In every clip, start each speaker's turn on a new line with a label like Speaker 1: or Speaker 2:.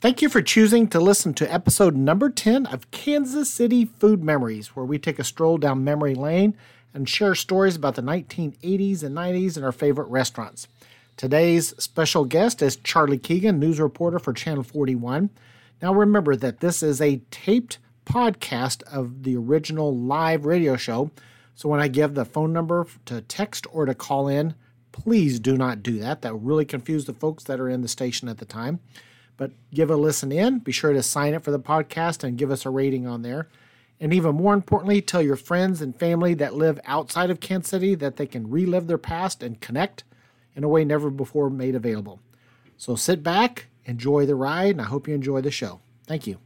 Speaker 1: Thank you for choosing to listen to episode number 10 of Kansas City Food Memories, where we take a stroll down memory lane and share stories about the 1980s and 90s and our favorite restaurants. Today's special guest is Charlie Keegan, news reporter for Channel 41. Now, remember that this is a taped podcast of the original live radio show. So, when I give the phone number to text or to call in, please do not do that. That will really confuse the folks that are in the station at the time but give a listen in. Be sure to sign up for the podcast and give us a rating on there. And even more importantly, tell your friends and family that live outside of Kansas City that they can relive their past and connect in a way never before made available. So sit back, enjoy the ride, and I hope you enjoy the show. Thank you.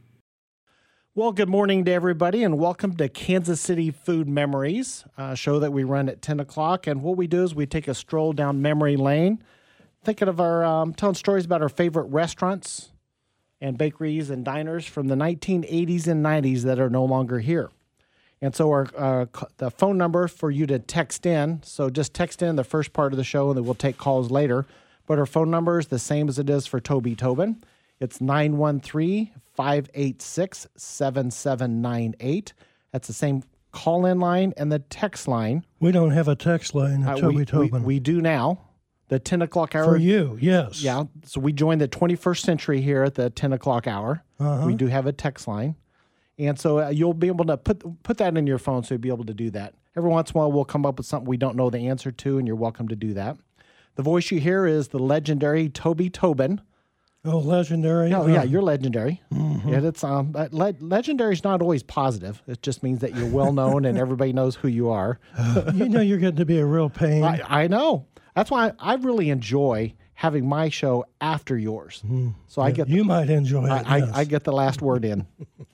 Speaker 1: Well, good morning to everybody, and welcome to Kansas City Food Memories, a show that we run at 10 o'clock. And what we do is we take a stroll down memory lane thinking of our um, telling stories about our favorite restaurants and bakeries and diners from the 1980s and 90s that are no longer here. And so our, our c- the phone number for you to text in. So just text in the first part of the show, and then we'll take calls later. But our phone number is the same as it is for Toby Tobin. It's 913-586-7798. That's the same call-in line and the text line.
Speaker 2: We don't have a text line at
Speaker 1: Uh,
Speaker 2: Toby
Speaker 1: we, we,
Speaker 2: Tobin.
Speaker 1: we do now. The 10 o'clock hour
Speaker 2: For you, yes.
Speaker 1: yeah. So we joined the 21st century here at the 10 o'clock hour. We do have a text line. And so uh, you'll be able to put put that in your phone so you'll be able to do that. Every once in a while, we'll come up with something we don't know the answer to, and you're welcome to do that. The voice you hear is the legendary Toby Tobin.
Speaker 2: Oh, legendary.
Speaker 1: Oh,
Speaker 2: Uh,
Speaker 1: yeah, you're legendary. Yeah, that's um, but le- legendary is not always positive. It just means that you're well known and everybody knows who you are.
Speaker 2: Uh, you know you're getting to be a real pain.
Speaker 1: I, I know. That's why I, I really enjoy having my show after yours. So I get
Speaker 2: you might enjoy it.
Speaker 1: I,
Speaker 2: yes.
Speaker 1: I, I get the last word in.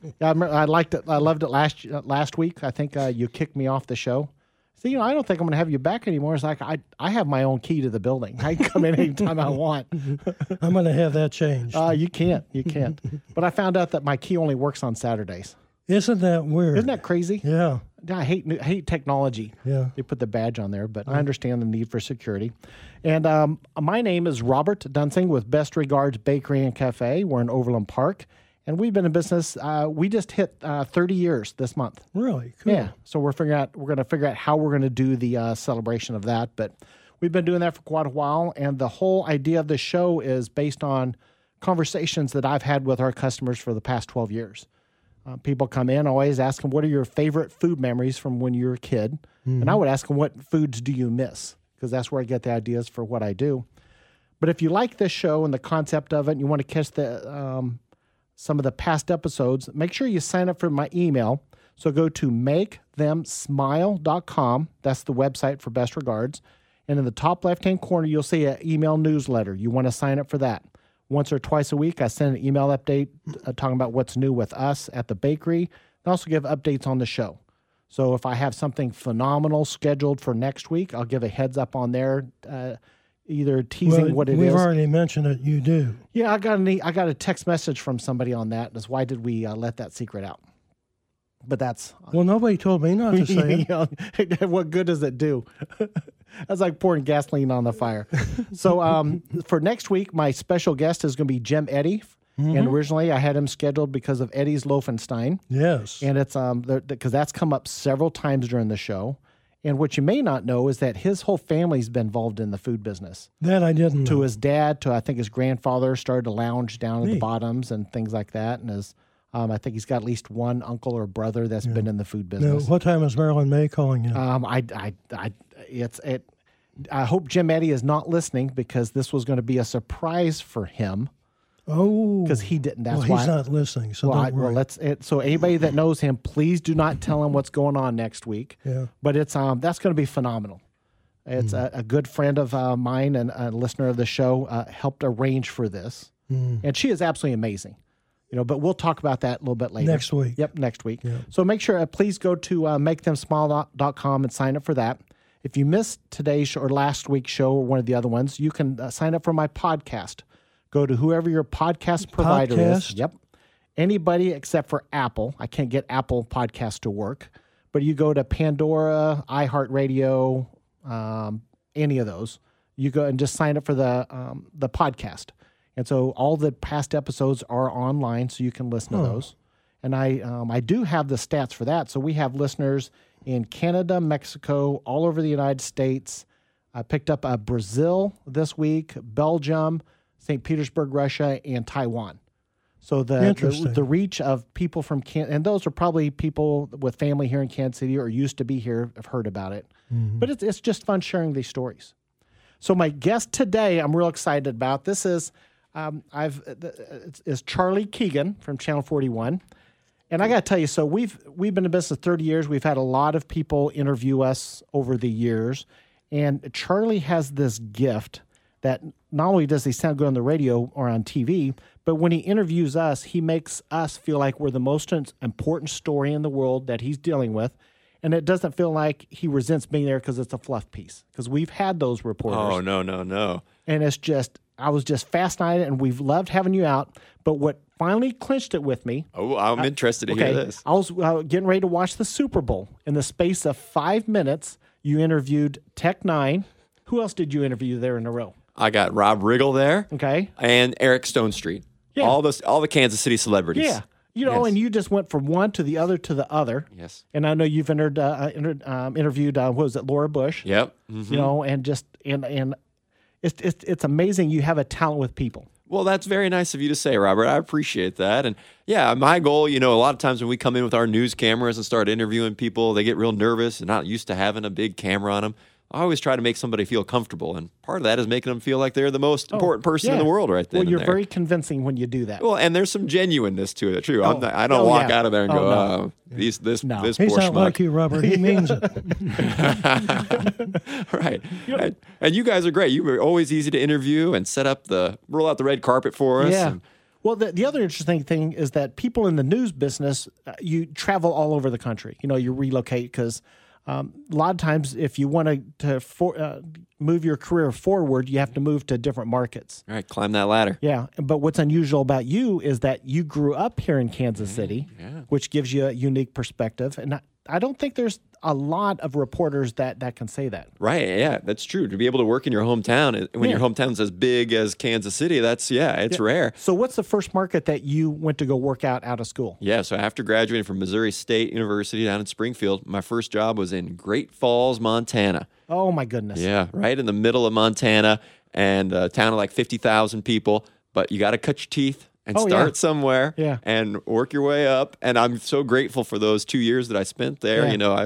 Speaker 1: yeah, I, remember, I liked it. I loved it last uh, last week. I think uh, you kicked me off the show. See, you know, I don't think I'm going to have you back anymore. It's like I I have my own key to the building. I can come in anytime I want.
Speaker 2: am going to have that changed.
Speaker 1: Uh, you can't. You can't. but I found out that my key only works on Saturdays.
Speaker 2: Isn't that weird?
Speaker 1: Isn't that crazy?
Speaker 2: Yeah.
Speaker 1: Yeah, I hate new- I hate technology.
Speaker 2: Yeah.
Speaker 1: They put the badge on there, but I understand the need for security. And um, my name is Robert Dunsing with Best Regards Bakery and Cafe. We're in Overland Park, and we've been in business. Uh, we just hit uh, 30 years this month.
Speaker 2: Really? Cool.
Speaker 1: Yeah. So we're figuring out we're going to figure out how we're going to do the uh, celebration of that. But we've been doing that for quite a while, and the whole idea of the show is based on conversations that I've had with our customers for the past 12 years. Uh, people come in, I always ask them, "What are your favorite food memories from when you were a kid?" And I would ask them, "What foods do you miss?" Because that's where I get the ideas for what I do. But if you like this show and the concept of it, and you want to catch the um, some of the past episodes, make sure you sign up for my email. So go to makethemsmile.com. That's the website for best regards. And in the top left hand corner, you'll see an email newsletter. You want to sign up for that. Once or twice a week, I send an email update uh, talking about what's new with us at the bakery and also give updates on the show. So if I have something phenomenal scheduled for next week, I'll give a heads up on there, uh, either teasing
Speaker 2: Well,
Speaker 1: what it is.
Speaker 2: we've already mentioned it. You do.
Speaker 1: Yeah, I got an e- I got a text message from somebody on that. That's why did we uh, let that secret out? But that's
Speaker 2: Well, nobody told me not to say
Speaker 1: you
Speaker 2: it.
Speaker 1: know, what good does it do? That's like pouring gasoline on the fire. so um, for next week, my special guest is going to be Jim Eddy, and originally I had him scheduled because of Eddie's Loefenstein.
Speaker 2: Yes.
Speaker 1: And it's um because that's come up several times during the show. And what you may not know is that his whole family's been involved in the food business
Speaker 2: that I didn't.
Speaker 1: to
Speaker 2: know.
Speaker 1: his dad to I think his grandfather started to lounge down at the bottoms and things like that. And his um, I think he's got at least one uncle or brother that's been in the food
Speaker 2: Now,
Speaker 1: business.
Speaker 2: what time is Marilyn May calling you?
Speaker 1: Um, I, I, I, it's it. I hope Jim Eddy is not listening because this was going to be a surprise for him
Speaker 2: oh,
Speaker 1: because he didn't. That's
Speaker 2: well,
Speaker 1: why.
Speaker 2: he's not listening, so
Speaker 1: well, I,
Speaker 2: don't worry.
Speaker 1: well, let's. It, so anybody that knows him, please do not tell him what's going on next week.
Speaker 2: Yeah. Hmm.
Speaker 1: But it's um that's going to be phenomenal. It's a, a good friend of uh, mine and a listener of the show uh, helped arrange for this,
Speaker 2: Hmm.
Speaker 1: and she is absolutely amazing. You know, but we'll talk about that a little bit later.
Speaker 2: Next week.
Speaker 1: Yep, next week. So make sure, uh, please go to uh, makethemsmile.com and sign up for that. If you missed today's show or last week's show or one of the other ones, you can uh, sign up for my podcast. Go to whoever your podcast provider is.
Speaker 2: Podcast?
Speaker 1: Yep. Anybody except for Apple. I can't get Apple Podcast to work, but you go to Pandora, iHeartRadio, um, any of those. You go and just sign up for the um, the podcast, And so all the past episodes are online, so you can listen to those. And I um, I do have the stats for that. So we have listeners in Canada, Mexico, all over the United States. I picked up uh, Brazil this week, Belgium, St. Petersburg, Russia, and Taiwan. So the, the
Speaker 2: Interesting.
Speaker 1: the reach of people from Can and those are probably people with family here in Kansas City or used to be here have heard about it. But it's it's just fun sharing these stories. So my guest today, I'm real excited about. This is um, I've uh, th- it's- is Charlie Keegan from Channel 41, and I got to tell you, so we've we've been in business 30 years. We've had a lot of people interview us over the years, and Charlie has this gift that not only does he sound good on the radio or on TV, but when he interviews us, he makes us feel like we're the most im- important story in the world that he's dealing with. And it doesn't feel like he resents being there because it's a fluff piece. Because we've had those reporters
Speaker 3: Oh no, no, no.
Speaker 1: and it's just I was just fascinated, and we've loved having you out. But what finally clinched it with me?
Speaker 3: Oh, I'm interested to hear this.
Speaker 1: I was uh, getting ready to watch the Super Bowl. In the space of five minutes, you interviewed Tech Nine. Who else did you interview there in a row?
Speaker 3: I got Rob Riggle there
Speaker 1: Okay,
Speaker 3: and Eric Stone Street.
Speaker 1: Yeah.
Speaker 3: All those all the Kansas City celebrities.
Speaker 1: yeah, you know,
Speaker 3: Yes.
Speaker 1: and you just went from one to the other to the other.
Speaker 3: Yes.
Speaker 1: And I know you've entered, uh, uh, entered um, interviewed uh, what was it, Laura Bush?
Speaker 3: Yep. Mhm.
Speaker 1: You know, and just and and it's, it's it's amazing. You have a talent with people.
Speaker 3: Well, that's very nice of you to say, Robert. I appreciate that. And yeah, my goal, you know, a lot of times when we come in with our news cameras and start interviewing people, they get real nervous and not used to having a big camera on them. I always try to make somebody feel comfortable, and part of that is making them feel like they're the most important person in
Speaker 1: Oh, Yeah.
Speaker 3: the world right then.
Speaker 1: Well,
Speaker 3: and
Speaker 1: you're
Speaker 3: there.
Speaker 1: very convincing when you do that.
Speaker 3: Well, and there's some genuineness to it, too. I'm not, I don't
Speaker 1: Oh,
Speaker 3: walk
Speaker 1: yeah.
Speaker 3: out of there and
Speaker 1: Oh,
Speaker 3: go,
Speaker 1: no.
Speaker 3: oh, these, this,
Speaker 1: No.
Speaker 3: this
Speaker 2: He's
Speaker 3: poor
Speaker 2: not
Speaker 3: schmuck.
Speaker 2: like you, Robert. He means it.
Speaker 3: right. And, and you guys are great. You were always easy to interview and set up the roll out the red carpet for us.
Speaker 1: Yeah.
Speaker 3: And,
Speaker 1: Well, the, the other interesting thing is that people in the news business, uh, you travel all over the country. You know, you relocate because um, a lot of times, if you want to to for, uh, move your career forward, you have to move to different markets.
Speaker 3: all right, climb that ladder.
Speaker 1: Yeah, but what's unusual about you is that you grew up here in Kansas City, which gives you a unique perspective. And I, I don't think there's a lot of reporters that that can say that.
Speaker 3: Right. Yeah, that's true. To be able to work in your hometown uh, when your
Speaker 1: Yeah.
Speaker 3: hometown's as big as Kansas City, that's, yeah, it's rare.
Speaker 1: So, what's the first market that you went to go work out out of school?
Speaker 3: Yeah, so after graduating from Missouri State University down in Springfield, my first job was in Great Falls, Montana.
Speaker 1: Oh my goodness!
Speaker 3: Yeah, right in the middle of Montana and a town of like 50,000 people, but you got to cut your teeth and
Speaker 1: Oh, yeah.
Speaker 3: start somewhere
Speaker 1: Yeah.
Speaker 3: and work your way up. And I'm so grateful for those two years that I spent there.
Speaker 1: Yeah.
Speaker 3: You know, I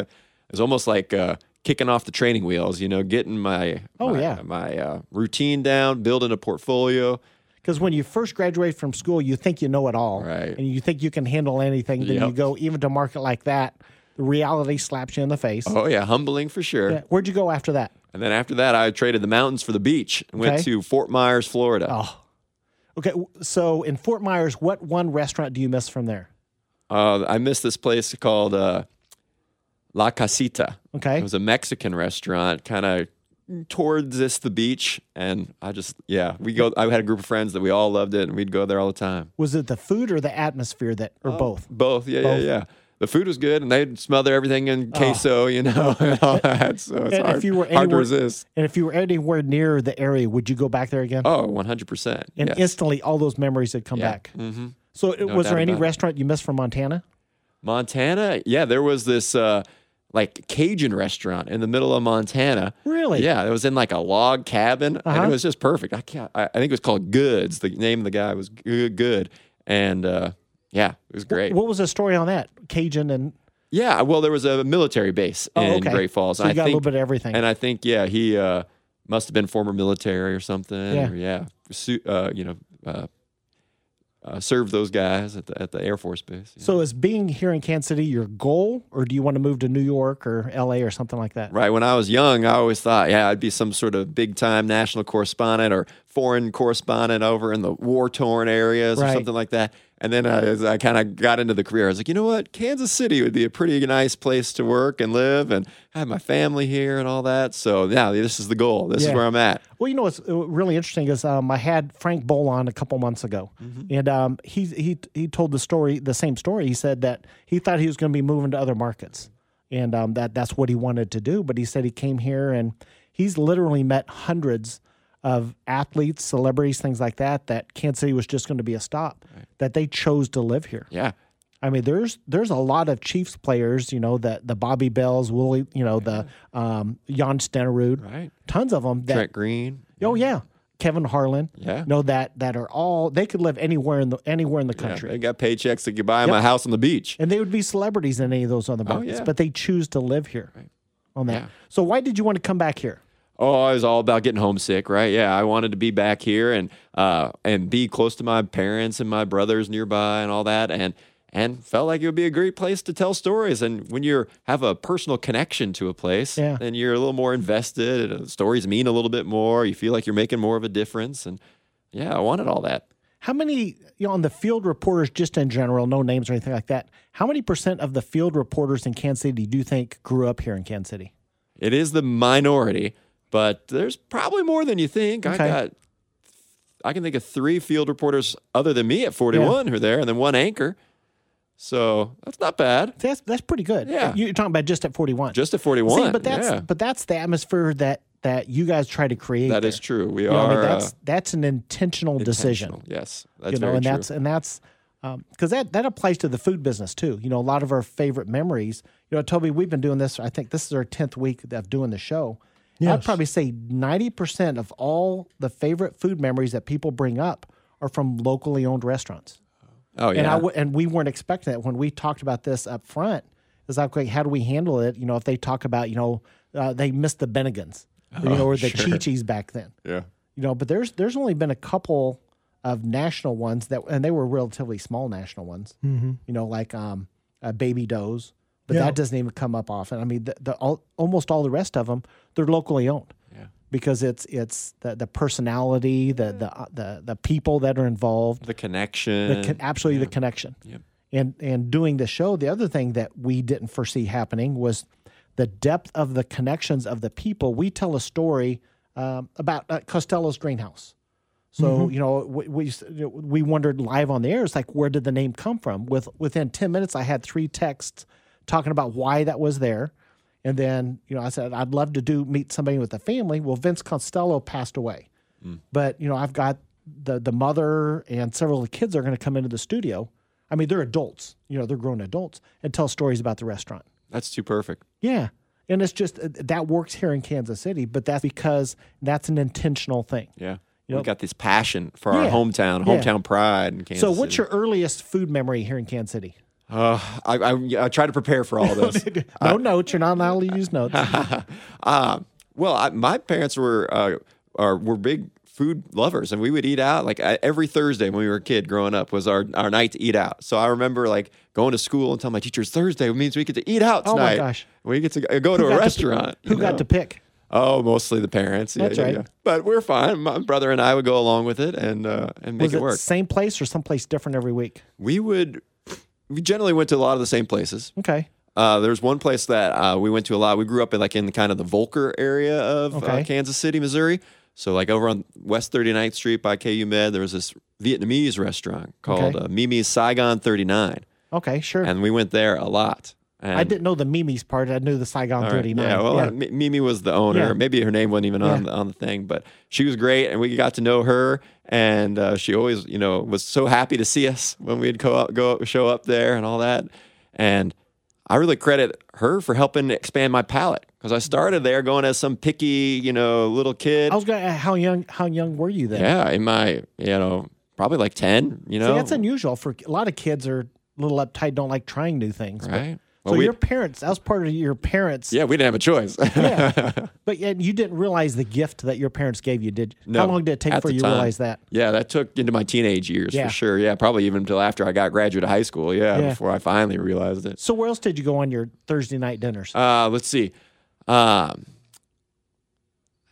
Speaker 3: it was almost like uh, kicking off the training wheels, you know, getting my,
Speaker 1: Oh,
Speaker 3: my,
Speaker 1: yeah.
Speaker 3: my uh, routine down, building a portfolio.
Speaker 1: Because when you first graduate from school, you think you know it all,
Speaker 3: Right.
Speaker 1: And you think you can handle anything. Then you
Speaker 3: Yep.
Speaker 1: go even to market like that, the reality slaps you in the face.
Speaker 3: Oh, yeah, humbling for sure.
Speaker 1: Yeah. Where'd you go after that?
Speaker 3: And then after that, I traded the mountains for the beach and went
Speaker 1: Okay. Oh.
Speaker 3: to Fort Myers, Florida.
Speaker 1: Okay, w- so in Fort Myers, what one restaurant do you miss from there?
Speaker 3: Uh, I missed this place called uh, La Casita.
Speaker 1: Okay. Mm.
Speaker 3: It was a Mexican restaurant, kind of towards this the beach, and I just yeah, we go. I had a group of friends that we all loved it, and we'd go there all the time.
Speaker 1: Was it the food or the atmosphere that,
Speaker 3: Oh,
Speaker 1: or both? Oh.
Speaker 3: Both, yeah, yeah, yeah. The food was good, and they'd smother everything in queso, you know, and all that. So it's
Speaker 1: And
Speaker 3: hard,
Speaker 1: if you were
Speaker 3: hard to
Speaker 1: anywhere-
Speaker 3: resist.
Speaker 1: And if you were anywhere near the area, would you go back there again?
Speaker 3: Oh, 100%.
Speaker 1: and
Speaker 3: yes.
Speaker 1: instantly, all those memories had come back. Mm-hmm. So, it, was
Speaker 3: doubt
Speaker 1: there any
Speaker 3: about it.
Speaker 1: restaurant you missed from Montana?
Speaker 3: Montana, yeah, there was this uh, like Cajun restaurant in the middle of Montana.
Speaker 1: Really? Uh-huh.
Speaker 3: Yeah, it was in like a log cabin, and it was just perfect. I can't. I, I think it was called Goods. The name of the guy was G- Good, and uh, yeah, it was great.
Speaker 1: What was the story on that? Cajun and
Speaker 3: yeah, well, there was a military base
Speaker 1: oh,
Speaker 3: in
Speaker 1: okay.
Speaker 3: Great Falls.
Speaker 1: So you
Speaker 3: I
Speaker 1: got
Speaker 3: think,
Speaker 1: a little bit of everything.
Speaker 3: and I think yeah, he uh, must have been former military or something.
Speaker 1: Yeah.
Speaker 3: or, yeah, su- uh, you know, uh, uh, served those guys at the at the Air Force base. yeah.
Speaker 1: So is being here in Kansas City your goal, or do you want to move to New York or LA or something like that?
Speaker 3: Right. When I was young, I always thought, yeah, I'd be some sort of big time national correspondent or foreign correspondent over in the war torn areas
Speaker 1: Right.
Speaker 3: or something like that. And then I, as I kind of got into the career, I was like, you know what? Kansas City would be a pretty nice place to work and live and I have my family here and all that. So now this is the goal. This
Speaker 1: Yeah.
Speaker 3: is where I'm at.
Speaker 1: Well, you know what's uh, really interesting is um, I had Frank Bolon a couple months ago, and um, he he he told the story the same story. He said that he thought he was going to be moving to other markets, and um, that that's what he wanted to do. But he said he came here and he's literally met hundreds of athletes, celebrities, things like that, that Kansas City was just going to be a stop, that they chose to live here.
Speaker 3: Yeah.
Speaker 1: I mean, there's there's a lot of Chiefs players, you know, the the Bobby Bells, Willie, you know, the um, Jan Stenerud,
Speaker 3: Right.
Speaker 1: tons of them. That,
Speaker 3: Trent Green.
Speaker 1: Oh yeah, Kevin Harlan.
Speaker 3: Yeah.
Speaker 1: know that that are all they could live anywhere in the anywhere in the
Speaker 3: Yeah,
Speaker 1: country,
Speaker 3: they got paychecks that could buy him a house on the beach.
Speaker 1: and they would be celebrities in any of those other markets,
Speaker 3: Oh, yeah.
Speaker 1: but they choose to live here. On that,
Speaker 3: Yeah.
Speaker 1: so why did you want to come back here?
Speaker 3: Oh, I was all about getting homesick, right? Yeah, I wanted to be back here and uh, and be close to my parents and my brothers nearby and all that, and and felt like it would be a great place to tell stories. And when you have a personal connection to a place,
Speaker 1: Yeah.
Speaker 3: then you're a little more invested. And uh, stories mean a little bit more. You feel like you're making more of a difference. And yeah, I wanted all that.
Speaker 1: How many you know, on the field reporters, just in general, no names or anything like that? How many percent of the field reporters in Kansas City do you think grew up here in Kansas City?
Speaker 3: It is the minority, but there's probably more than you think.
Speaker 1: Okay.
Speaker 3: I got, I can think of three field reporters other than me at 41 who are there, and then one anchor. So that's not bad.
Speaker 1: That's that's pretty good.
Speaker 3: Yeah.
Speaker 1: you're talking about just at 41.
Speaker 3: Just at 41.
Speaker 1: See, but that's
Speaker 3: yeah,
Speaker 1: but that's the atmosphere that that you guys try to create.
Speaker 3: that is
Speaker 1: there.
Speaker 3: true. We
Speaker 1: You know, I mean,
Speaker 3: are
Speaker 1: that's
Speaker 3: uh,
Speaker 1: that's an intentional, decision.
Speaker 3: intentional. Yes, that's
Speaker 1: you know,
Speaker 3: very
Speaker 1: and
Speaker 3: true.
Speaker 1: that's and that's because that that applies to the food business too. You know, a lot of our favorite memories. You know, Toby, we've been doing this. I think this is our tenth week of doing the show. I'd
Speaker 2: Yes.
Speaker 1: probably say ninety percent of all the favorite food memories that people bring up are from locally owned restaurants.
Speaker 3: oh yeah,
Speaker 1: And I w- and we weren't expecting that when we talked about this up front. Is like, okay, how do we handle it? You know, if they talk about, you know, uh, they missed the Bennigans, you know, or the Chi-Chis back then
Speaker 3: Oh, yeah.
Speaker 1: you know but there's there's only been a couple of national ones that and they were relatively small national ones
Speaker 3: Mm-hmm.
Speaker 1: you know like um uh, baby does but
Speaker 2: Yeah.
Speaker 1: that doesn't even come up often i mean the, the all, almost all the rest of them they're locally owned
Speaker 3: Yeah.
Speaker 1: because it's it's the, the personality the, the the the people that are involved
Speaker 3: The connection.
Speaker 1: the con- absolutely the connection.
Speaker 3: Yep.
Speaker 1: And and doing the show, the other thing that we didn't foresee happening was the depth of the connections of the people. We tell a story um, about uh, Costello's Greenhouse. So you know we, we s- you know, we wondered live on the air. It's like where did the name come from? With within ten minutes, I had three texts talking about why that was there. And then, you know, I said, I'd love to do meet somebody with a family. Well, Vince Costello passed away but you know i've got the the mother and several of the kids are going to come into the studio i mean they're adults you know they're grown adults and tell stories about the restaurant
Speaker 3: That's too perfect.
Speaker 1: yeah and it's just uh, that works here in kansas city but that's because that's an intentional thing
Speaker 3: Yeah, we
Speaker 1: Yep.
Speaker 3: got this passion for
Speaker 1: Yeah.
Speaker 3: our hometown,
Speaker 1: Yeah.
Speaker 3: hometown pride in Kansas.
Speaker 1: so what's
Speaker 3: City.
Speaker 1: your earliest food memory here in kansas city
Speaker 3: Uh, I, I, yeah, I try to prepare for all this.
Speaker 1: no notes you're not allowed to use notes
Speaker 3: Uh, well, I, my parents were uh, are, were big food lovers, and we would eat out like I, every Thursday when we were a kid growing up was our, our night to eat out. So I remember like going to school and telling my teachers Thursday means we get to eat out
Speaker 1: Oh
Speaker 3: tonight.
Speaker 1: my gosh.
Speaker 3: we get to go- go to
Speaker 1: Who
Speaker 3: a
Speaker 1: got to-
Speaker 3: restaurant.
Speaker 1: who
Speaker 3: you
Speaker 1: got
Speaker 3: know?
Speaker 1: to pick
Speaker 3: Oh, mostly the parents. Yeah,
Speaker 1: That's
Speaker 3: yeah,
Speaker 1: right.
Speaker 3: yeah. But we're fine. My brother and I would go along with it and uh, and make
Speaker 1: was
Speaker 3: it
Speaker 1: it
Speaker 3: work.
Speaker 1: same place or someplace different every week
Speaker 3: We would. We generally went to a lot of the same places.
Speaker 1: okay
Speaker 3: Uh, there's one place that uh, we went to a lot. We grew up in like in the kind of the Volcker area of
Speaker 1: Okay.
Speaker 3: uh, Kansas City, Missouri. So like over on West 39th Street by KU Med, there was this Vietnamese restaurant called
Speaker 1: Okay.
Speaker 3: uh, Mimi's Saigon 39,
Speaker 1: okay sure
Speaker 3: and we went there a lot. And,
Speaker 1: i didn't know the mimi's part i knew the saigon
Speaker 3: all right,
Speaker 1: 39
Speaker 3: Yeah, well, uh, M- Mimi was the owner.
Speaker 1: Yeah.
Speaker 3: Maybe her name wasn't even on
Speaker 1: Yeah.
Speaker 3: on the thing, but she was great, and we got to know her. And uh, she always, you know, was so happy to see us when we'd go up, go show up there and all that. And I really credit her for helping expand my palate because I started there going as some picky, you know, little kid.
Speaker 1: i was going to how young how young were you then
Speaker 3: yeah, in my, you know, probably like ten.
Speaker 1: See,
Speaker 3: You know,
Speaker 1: that's unusual for a lot of kids are a little uptight, don't like trying new things. but-
Speaker 3: right?
Speaker 1: so
Speaker 3: Well, we-
Speaker 1: your parents, that was part of your parents.
Speaker 3: yeah, we didn't have a choice.
Speaker 1: Yeah. but yet you didn't realize the gift that your parents gave you, did you?
Speaker 3: No,
Speaker 1: How long did it take
Speaker 3: at
Speaker 1: for
Speaker 3: the
Speaker 1: you to
Speaker 3: time.
Speaker 1: realize that?
Speaker 3: Yeah, that took into my teenage years
Speaker 1: Yeah.
Speaker 3: for sure. Yeah, probably even until after I got graduate of high school. Yeah,
Speaker 1: Yeah.
Speaker 3: before I finally realized it.
Speaker 1: So where else did you go on your Thursday night dinners?
Speaker 3: Uh, let's see. Um,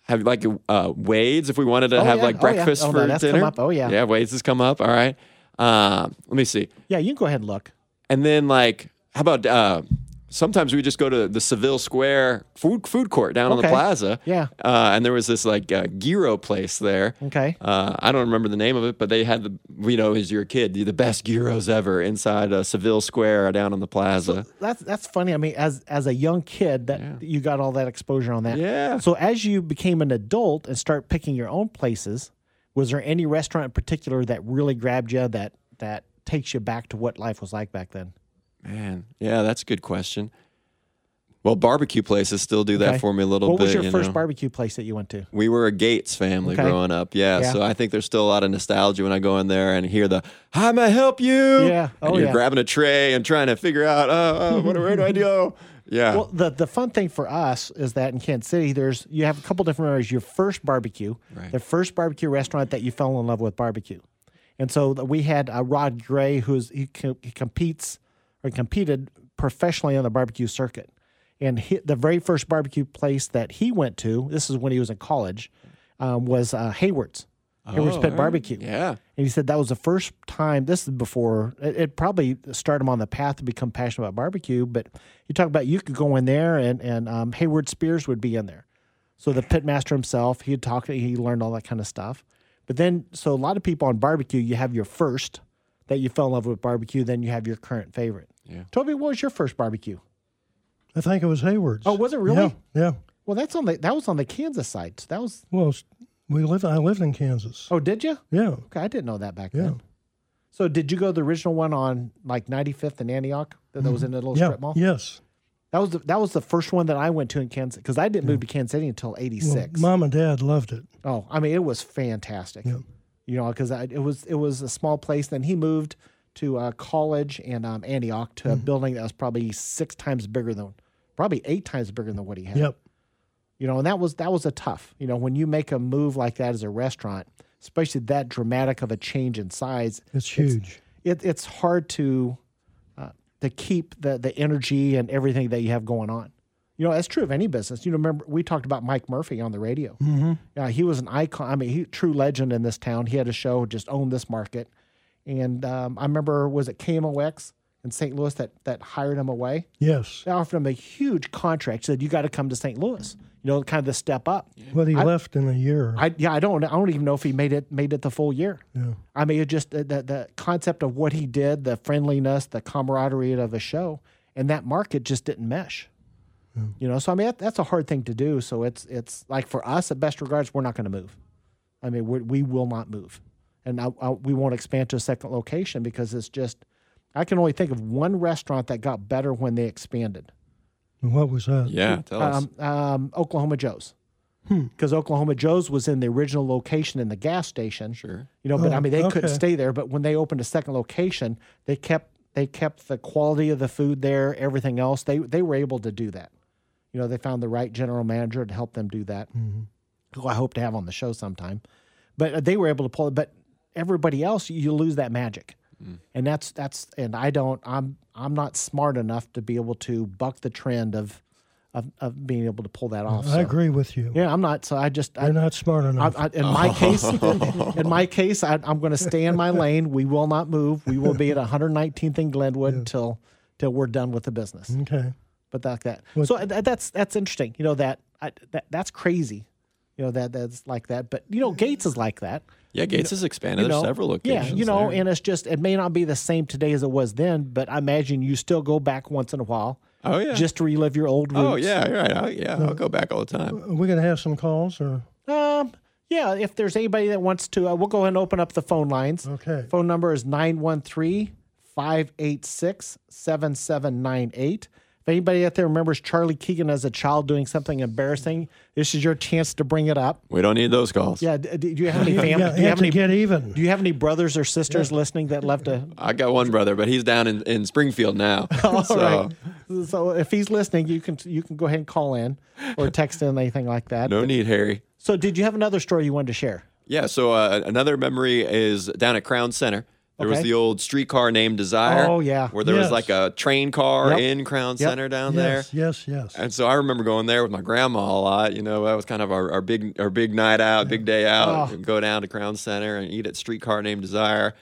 Speaker 3: have like uh, Wade's if we wanted to
Speaker 1: Oh,
Speaker 3: have
Speaker 1: yeah.
Speaker 3: like
Speaker 1: Oh, yeah.
Speaker 3: breakfast
Speaker 1: Oh, no,
Speaker 3: for
Speaker 1: that's come
Speaker 3: dinner.
Speaker 1: up. Oh, yeah.
Speaker 3: yeah, Wade's has come up. All right. Um, let me see.
Speaker 1: yeah, you can go ahead and look.
Speaker 3: And then like, how about uh, sometimes we just go to the Seville Square food food court down on the
Speaker 1: Okay.
Speaker 3: plaza.
Speaker 1: Yeah.
Speaker 3: Uh, and there was this like uh, gyro place there.
Speaker 1: Okay.
Speaker 3: Uh, I don't remember the name of it, but they had the you know as your kid the best gyros ever inside uh, Seville Square down on the plaza.
Speaker 1: That's that's funny. I mean, as as a young kid, that you got all that exposure on that.
Speaker 3: Yeah.
Speaker 1: So as you became an adult and start picking your own places, was there any restaurant in particular that really grabbed you? That that takes you back to what life was like back then.
Speaker 3: Man, yeah, that's a good question. Well, barbecue places still do that
Speaker 1: Okay.
Speaker 3: for me a little
Speaker 1: What
Speaker 3: bit.
Speaker 1: was your
Speaker 3: you
Speaker 1: first
Speaker 3: know.
Speaker 1: barbecue place that you went to?
Speaker 3: We were a Gates family
Speaker 1: Okay.
Speaker 3: growing up, yeah,
Speaker 1: Yeah.
Speaker 3: So I think there's still a lot of nostalgia when I go in there and hear the "How may I help you?"
Speaker 1: Yeah.
Speaker 3: and
Speaker 1: Oh,
Speaker 3: you're
Speaker 1: yeah.
Speaker 3: grabbing a tray and trying to figure out, "Oh, oh what, where do I go?" Yeah,
Speaker 1: Well, the the fun thing for us is that in Kansas City, there's you have a couple different areas. Your first barbecue,
Speaker 3: Right.
Speaker 1: the first barbecue restaurant that you fell in love with barbecue, and so th- we had uh, Rod Gray, who's he, co- he competes or competed professionally on the barbecue circuit, and he, the very first barbecue place that he went to, this is when he was in college, um, was uh, Hayward's, Hayward's
Speaker 3: Oh,
Speaker 1: Pit
Speaker 3: all right.
Speaker 1: Barbecue.
Speaker 3: yeah.
Speaker 1: And he said that was the first time. This is before it, it probably started him on the path to become passionate about barbecue. But you talk about you could go in there, and and um, Hayward Spears would be in there. So the pitmaster himself, he'd talk. He learned all that kind of stuff. But then, so a lot of people on barbecue, you have your first that you fell in love with barbecue. Then you have your current favorite.
Speaker 3: Yeah.
Speaker 1: Toby, what was your first barbecue?
Speaker 2: I think it was Hayward's.
Speaker 1: Oh, was it really?
Speaker 2: Yeah. yeah.
Speaker 1: Well, that's on the that was on the Kansas side. So that was.
Speaker 2: Well, s- we lived. I lived in Kansas.
Speaker 1: Oh, did you?
Speaker 2: Yeah.
Speaker 1: Okay, I didn't know that back
Speaker 2: Yeah.
Speaker 1: then. So did you go to the original one on like 95th and Antioch that, that was in the little
Speaker 2: Mm-hmm. Yeah.
Speaker 1: strip mall?
Speaker 2: Yes.
Speaker 1: That was the, that was the first one that I went to in Kansas because I didn't move to Kansas City until
Speaker 2: Well,
Speaker 1: '86.
Speaker 2: Mom and Dad loved it.
Speaker 1: oh, I mean it was fantastic.
Speaker 2: Yeah.
Speaker 1: You know, because it was it was a small place. Then he moved to uh, college in um, Antioch to a
Speaker 2: Mm-hmm.
Speaker 1: building that was probably six times bigger than, probably eight times bigger than what he had.
Speaker 2: Yep.
Speaker 1: You know, and that was that was a tough. You know, when you make a move like that as a restaurant, especially that dramatic of a change in size,
Speaker 2: It's huge.
Speaker 1: it, it's hard to uh, to keep the the energy and everything that you have going on. You know, that's true of any business. You remember we talked about Mike Murphy on the radio. Mm-hmm. he was an icon. I mean, he true legend in this town. He had a show, just owned this market. And um, I remember was it KMOX in St. Louis that that hired him away.
Speaker 2: yes.
Speaker 1: They offered him a huge contract. Said you got to come to St. Louis. You know, kind of the step up.
Speaker 2: But he left in a year.
Speaker 1: I yeah, I don't I don't even know if he made it made it the full year. I mean, it just the, the the concept of what he did, the friendliness, the camaraderie of a show, and that market just didn't mesh. You know, so I mean that, that's a hard thing to do. So it's it's like for us at best regards, we're not going to move. I mean, we're, we will not move, and I, I, we won't expand to a second location because it's just I can only think of one restaurant that got better when they expanded.
Speaker 2: And what was that?
Speaker 3: Yeah, tell us.
Speaker 1: Um, um, Oklahoma Joe's.
Speaker 2: Hmm.
Speaker 1: Because Oklahoma Joe's was in the original location in the gas station,
Speaker 3: Sure.
Speaker 1: you know, but
Speaker 2: Oh,
Speaker 1: I mean they couldn't
Speaker 2: okay.
Speaker 1: stay there. But when they opened a second location, they kept they kept the quality of the food there, everything else. They they were able to do that. You know, they found the right general manager to help them do that,
Speaker 2: Mm-hmm.
Speaker 1: who I hope to have on the show sometime. But uh, they were able to pull it. But everybody else, you- you lose that magic, and that's that's. And I don't. I'm I'm not smart enough to be able to buck the trend of of, of being able to pull that off. so.
Speaker 2: I agree with you.
Speaker 1: Yeah, I'm not. So I just I,
Speaker 2: You're not smart
Speaker 1: I,
Speaker 2: enough.
Speaker 1: I, in my case, in my case, I, I'm going to stay in my lane. We will not move. We will be at 119th in Glenwood until till we're done with the business.
Speaker 2: okay.
Speaker 1: But like that. So th- that's that's interesting. You know that, I, that that's crazy. You know that that's like that. But you know Gates is like that.
Speaker 3: yeah, Gates has expanded. There's
Speaker 1: know,
Speaker 3: several
Speaker 1: Yeah,
Speaker 3: locations.
Speaker 1: you know,
Speaker 3: there.
Speaker 1: and it's just it may not be the same today as it was then. But I imagine you still go back once in a while
Speaker 3: oh yeah,
Speaker 1: just to relive your old roots.
Speaker 3: oh yeah, you're right. I, yeah, I'll go back all the
Speaker 1: Uh,
Speaker 3: time.
Speaker 2: Are we going to have some calls or?
Speaker 1: Um, yeah, if there's anybody that wants to, uh, we'll go ahead and open up the phone lines.
Speaker 2: Okay.
Speaker 1: Phone number is 913 586 7798. If anybody out there remembers Charlie Keegan as a child doing something embarrassing, this is your chance to bring it up.
Speaker 3: We don't need those calls.
Speaker 1: Yeah, d- d- do you have any family?
Speaker 2: Yeah,
Speaker 1: do, you have
Speaker 2: to
Speaker 1: any,
Speaker 2: get even.
Speaker 1: do you have any brothers or sisters listening that left a.
Speaker 3: I got one brother, but he's down in, in Springfield now.
Speaker 1: All
Speaker 3: so
Speaker 1: right. So if he's listening, you can you can go ahead and call in or text in anything like that.
Speaker 3: no need, Harry.
Speaker 1: So did you have another story you wanted to share?
Speaker 3: Yeah. So uh, another memory is down at Crown Center. There was
Speaker 1: Okay.
Speaker 3: the old streetcar named Desire.
Speaker 1: Oh, yeah.
Speaker 3: Where there
Speaker 2: Yes.
Speaker 3: was like a train car
Speaker 1: Yep.
Speaker 3: in Crown Center down there.
Speaker 2: yes, yes, yes.
Speaker 3: And so I remember going there with my grandma a lot. You know, that was kind of our, our big our big night out, big day out.
Speaker 1: Oh.
Speaker 3: And go down to Crown Center and eat at Streetcar Named Desire.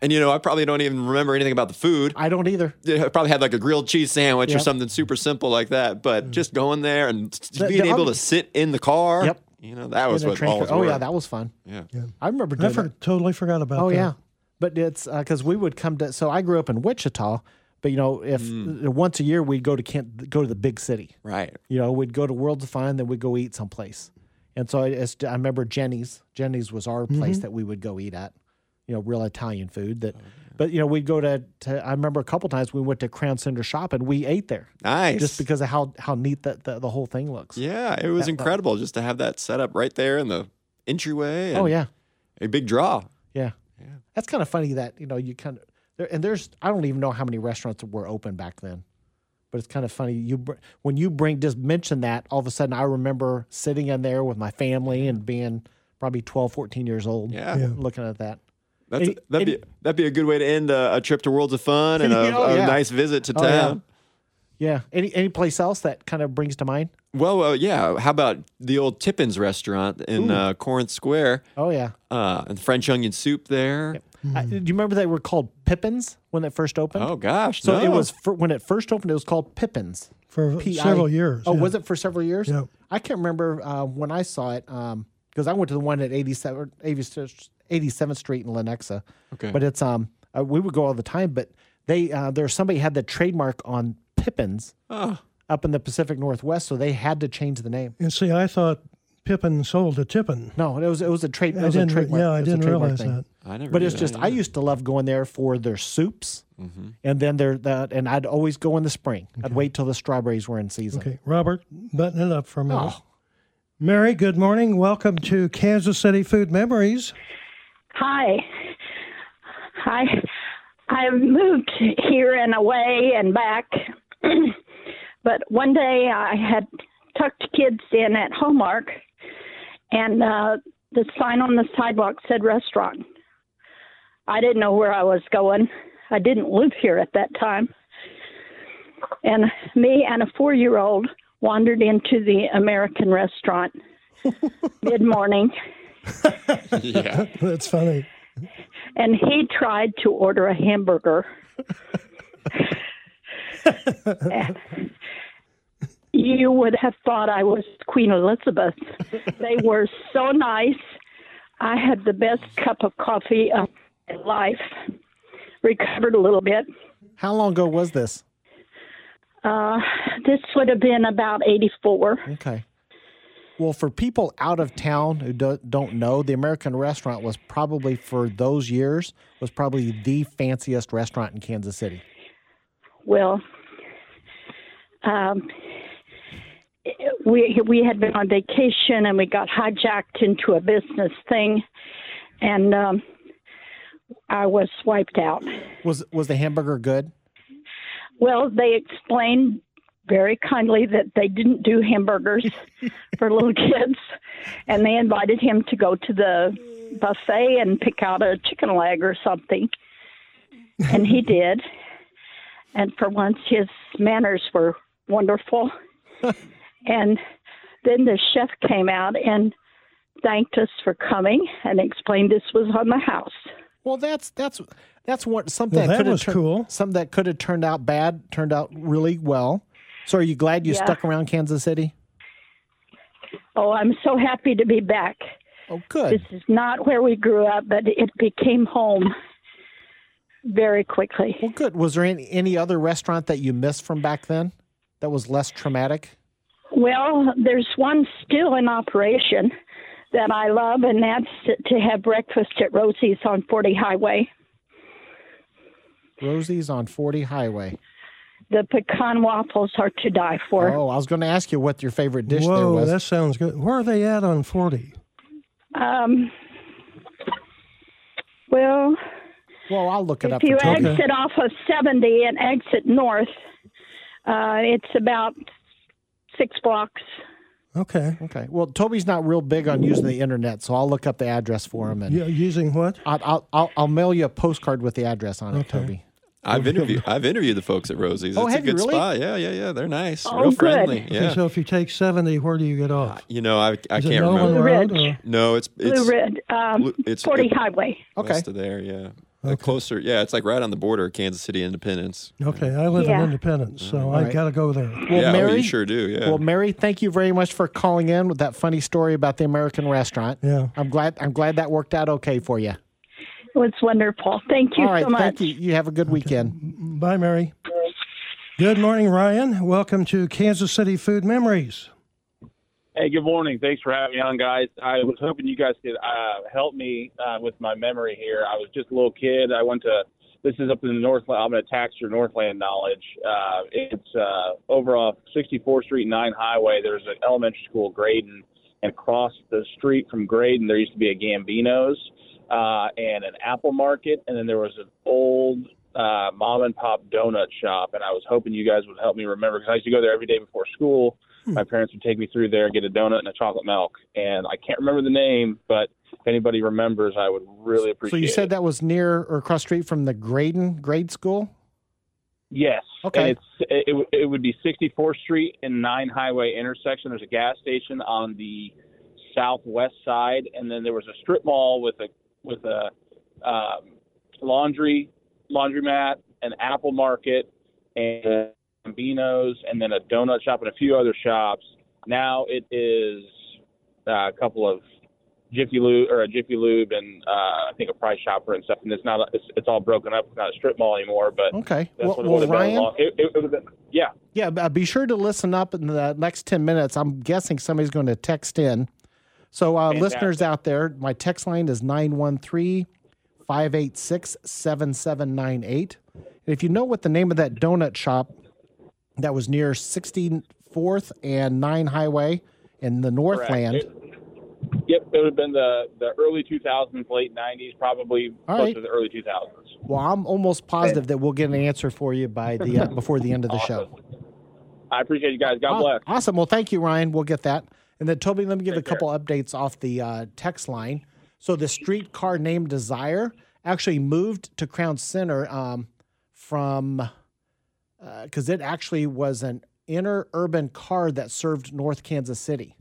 Speaker 3: And you know, I probably don't even remember anything about the food.
Speaker 1: I don't either.
Speaker 3: I probably had like a grilled cheese sandwich or
Speaker 1: Yep. Mm.
Speaker 3: something super simple like that. But just going there and s-
Speaker 1: The-
Speaker 3: being
Speaker 1: the
Speaker 3: able
Speaker 1: other-
Speaker 3: to sit in the car,
Speaker 1: Yep.
Speaker 3: you know, that was
Speaker 1: In a
Speaker 3: what
Speaker 1: train
Speaker 3: all
Speaker 1: tra-
Speaker 3: was
Speaker 1: oh
Speaker 3: worth.
Speaker 1: yeah, that was fun.
Speaker 3: yeah.
Speaker 1: I remember
Speaker 2: I
Speaker 1: doing
Speaker 2: for,
Speaker 1: that.
Speaker 2: totally forgot about
Speaker 1: Oh
Speaker 2: that.
Speaker 1: yeah, but it's because we would come to. So I grew up in Wichita, but you know, if
Speaker 3: Mm.
Speaker 1: uh, once a year we'd go to Kent, go to the big city.
Speaker 3: Right.
Speaker 1: You know, we'd go to Worlds of Fun, then we'd go eat someplace. And so I, it's- I remember Jenny's. Jenny's was our
Speaker 3: Mm-hmm.
Speaker 1: place that we would go eat at. You know, real Italian food.
Speaker 3: Oh,
Speaker 1: That, but you know, we'd go to, to. I remember a couple times we went to Crown Cinder Shop and we ate there
Speaker 3: Nice.
Speaker 1: just because of how how neat that the, the whole thing looks.
Speaker 3: yeah, it was incredible just to have that set up right there in the entryway. And
Speaker 1: Oh yeah.
Speaker 3: A big draw.
Speaker 1: Yeah. Yeah. That's kind of funny that, you know, you kind of, there, and there's, I don't even know how many restaurants were open back then, but it's kind of funny. You, br- when you bring, just mention that, all of a sudden I remember sitting in there with my family and being probably 12, 14 years old.
Speaker 3: Yeah.
Speaker 2: Yeah.
Speaker 1: Looking at that.
Speaker 3: That's,
Speaker 1: And-
Speaker 3: that'd,
Speaker 1: and-
Speaker 3: be, that'd be a good way to end a, a trip to Worlds of Fun and a,
Speaker 1: Oh,
Speaker 3: a
Speaker 1: yeah.
Speaker 3: nice visit to
Speaker 1: Oh, yeah.
Speaker 3: town.
Speaker 1: Yeah. Any, any place else that kind of brings to mind?
Speaker 3: Well, uh, yeah. How about the old Tippins restaurant in uh, Corinth Square
Speaker 1: Oh yeah.
Speaker 3: uh, and French onion soup there?
Speaker 1: I, do you remember they were called Pippins when it first opened?
Speaker 3: Oh gosh,
Speaker 1: So it
Speaker 3: no.
Speaker 1: was for, when it first opened, it was called Pippins.
Speaker 2: For
Speaker 1: PI.
Speaker 2: several years.
Speaker 1: Oh,
Speaker 2: yeah.
Speaker 1: was it for several years?
Speaker 2: Yeah.
Speaker 1: I can't remember uh, when I saw it because I went to the one at 87, 87th Street in Lenexa.
Speaker 3: Okay.
Speaker 1: But it's um uh, we would go all the time, but they uh, there somebody had the trademark on Pippins
Speaker 3: Oh,
Speaker 1: up in the Pacific Northwest, so they had to change the name.
Speaker 2: And see, I thought Pippin sold to Tippin.
Speaker 1: No, it was it was a trade. It
Speaker 2: I
Speaker 1: was a
Speaker 2: didn't. re-
Speaker 1: trademark. it
Speaker 2: yeah,
Speaker 1: was
Speaker 2: I
Speaker 1: a
Speaker 2: didn't
Speaker 1: trademark
Speaker 2: realize
Speaker 1: thing.
Speaker 2: that.
Speaker 3: I never.
Speaker 1: But
Speaker 3: knew
Speaker 1: it's
Speaker 3: that
Speaker 1: just I
Speaker 3: either.
Speaker 1: used to love going there for their soups, and then their the, and I'd always go in the spring. I'd wait till the strawberries were in season.
Speaker 2: Okay, Robert, button it up for a minute.
Speaker 1: Oh.
Speaker 2: Mary, good morning. Welcome to Kansas City Food Memories.
Speaker 4: Hi. I I've moved here and away and back. but one day I had tucked kids in at Hallmark and uh the sign on the sidewalk said restaurant. I didn't know where I was going. I didn't live here at that time. And me and a 4-year-old wandered into the American restaurant mid-morning.
Speaker 3: yeah.
Speaker 2: That's funny.
Speaker 4: and he tried to order a hamburger. you would have thought I was Queen Elizabeth. They were so nice. I had the best cup of coffee of my life. Recovered a little bit.
Speaker 1: How long ago was this?
Speaker 4: Uh, this would have been about 84.
Speaker 1: Okay. Well, for people out of town who do, don't know, the American restaurant was probably for those years was probably the fanciest restaurant in Kansas City.
Speaker 4: Well, um, we we had been on vacation and we got hijacked into a business thing, and um, I was wiped out.
Speaker 1: Was was the hamburger good?
Speaker 4: Well, they explained very kindly that they didn't do hamburgers for little kids, and they invited him to go to the buffet and pick out a chicken leg or something. And he did. And for once, his manners were wonderful. and then the chef came out and thanked us for coming and explained this was on the house.
Speaker 1: Well, that's that's that's what something
Speaker 2: Well, that
Speaker 1: could have
Speaker 2: was
Speaker 1: tur-
Speaker 2: cool.
Speaker 1: Something that could have turned out bad turned out really well. So, are you glad you
Speaker 4: Yeah.
Speaker 1: stuck around Kansas City?
Speaker 4: Oh, I'm so happy to be back.
Speaker 1: Oh, good.
Speaker 4: This is not where we grew up, but it became home very quickly.
Speaker 1: well, good. Was there any any other restaurant that you missed from back then that was less traumatic?
Speaker 4: Well, there's one still in operation that I love, and that's to have breakfast at Rosie's on 40 Highway.
Speaker 1: Rosie's on Forty Highway.
Speaker 4: The pecan waffles are to die for.
Speaker 1: Oh, I was going to ask you what your favorite dish there
Speaker 2: Whoa,
Speaker 1: was.
Speaker 2: that sounds good. Where are they at on 40?
Speaker 4: Um, well,
Speaker 1: Well, I'll look it up.
Speaker 4: if you
Speaker 1: for
Speaker 2: Tokyo.
Speaker 4: exit off of 70 and exit north, uh, it's about six blocks.
Speaker 2: Okay.
Speaker 1: Okay. Well, Toby's not real big on using the internet, so I'll look up the address for him, and
Speaker 2: Yeah, using what?
Speaker 1: I'll, I'll I'll I'll mail you a postcard with the address on it, Toby.
Speaker 3: I've interviewed. I've interviewed the folks at Rosie's.
Speaker 1: Oh,
Speaker 3: it's a
Speaker 1: have you
Speaker 3: good
Speaker 1: really?
Speaker 3: spot. Yeah, yeah, yeah. They're nice.
Speaker 4: Oh,
Speaker 3: Real
Speaker 4: good.
Speaker 3: friendly.
Speaker 2: Okay,
Speaker 3: Yeah.
Speaker 2: so if you take 70, where do you get off?
Speaker 3: You know, I I
Speaker 2: Is it
Speaker 3: can't
Speaker 2: Nolan
Speaker 3: remember.
Speaker 4: Ridge.
Speaker 2: Road or-
Speaker 3: No, it's it's
Speaker 4: Blue Red, um,
Speaker 3: Blue- it's-
Speaker 4: 40
Speaker 3: it-
Speaker 4: Highway.
Speaker 1: Okay.
Speaker 3: west of there. Yeah. The closer, yeah, it's like right on the border of Kansas City Independence.
Speaker 2: Okay, I live in
Speaker 4: Yeah.
Speaker 2: Independence, so I
Speaker 1: Mm-hmm. right.
Speaker 2: got to go there.
Speaker 1: Well,
Speaker 3: yeah, oh,
Speaker 1: Mary-
Speaker 3: you sure do. Yeah.
Speaker 1: Well, Mary, thank you very much for calling in with that funny story about the American restaurant.
Speaker 2: Yeah.
Speaker 1: I'm glad I'm glad that worked out okay for you.
Speaker 4: It was wonderful. Thank you
Speaker 1: All right,
Speaker 4: so much.
Speaker 1: thank you. You have a good weekend.
Speaker 2: Bye, Mary. Good morning, Ryan. Welcome to Kansas City Food Memories.
Speaker 5: Hey, good morning. Thanks for having me on, guys. I was hoping you guys could uh, help me uh, with my memory here. I was just a little kid. I went to this is up in the Northland. I'm going to tax your Northland knowledge. Uh, it's uh, over off 64th Street 9 Highway. There's an elementary school, Graydon, and across the street from Graydon, there used to be a Gambino's uh, and an Apple Market, and then there was an old uh, mom and pop donut shop. And I was hoping you guys would help me remember because I used to go there every day before school.
Speaker 1: Hmm.
Speaker 5: My parents would take me through there, get a donut and a chocolate milk. And I can't remember the name, but if anybody remembers, I would really
Speaker 1: So
Speaker 5: appreciate
Speaker 1: you
Speaker 5: it.
Speaker 1: said that was near or across street from the Graydon grade school?
Speaker 5: Yes.
Speaker 1: Okay.
Speaker 5: And it's it, it, would- it would be 64th Street and 9 Highway intersection. There's a gas station on the southwest side, and then there was a strip mall with a with a um, laundry laundromat, an Apple Market, and Bambino's, and then a donut shop and a few other shops. Now it is uh, a couple of Jiffy Lube or a Jiffy Lube and uh, I think a Price Chopper and stuff. And it's not a, it's, it's all broken up. It's not a strip mall anymore, but
Speaker 1: Okay.
Speaker 5: that's
Speaker 1: Well,
Speaker 5: what it would
Speaker 1: well
Speaker 5: have been.
Speaker 1: Ryan,
Speaker 5: Long- It, it, it would have been, yeah.
Speaker 1: yeah, uh, be sure to listen up in the next 10 minutes. I'm guessing somebody's going to text in. So, uh,
Speaker 5: Fantastic.
Speaker 1: listeners out there, my text line is 913 586 7798. And if you know what the name of that donut shop that was near 64th and 9 Highway in the
Speaker 5: correct.
Speaker 1: Northland,
Speaker 5: It- yep, it would have been the, the early 2000s, late 90s, probably
Speaker 1: All
Speaker 5: close
Speaker 1: right.
Speaker 5: to the early 2000s.
Speaker 1: well, I'm almost positive that we'll get an answer for you by the uh, before the end of the show.
Speaker 5: I appreciate you guys. God
Speaker 1: Aw-
Speaker 5: bless.
Speaker 1: Awesome. Well, thank you, Ryan. We'll get that. And then Toby, let me give a couple updates off the uh, text line. So the streetcar named Desire actually moved to Crown Center um, from because it actually was an inner urban car that served North Kansas City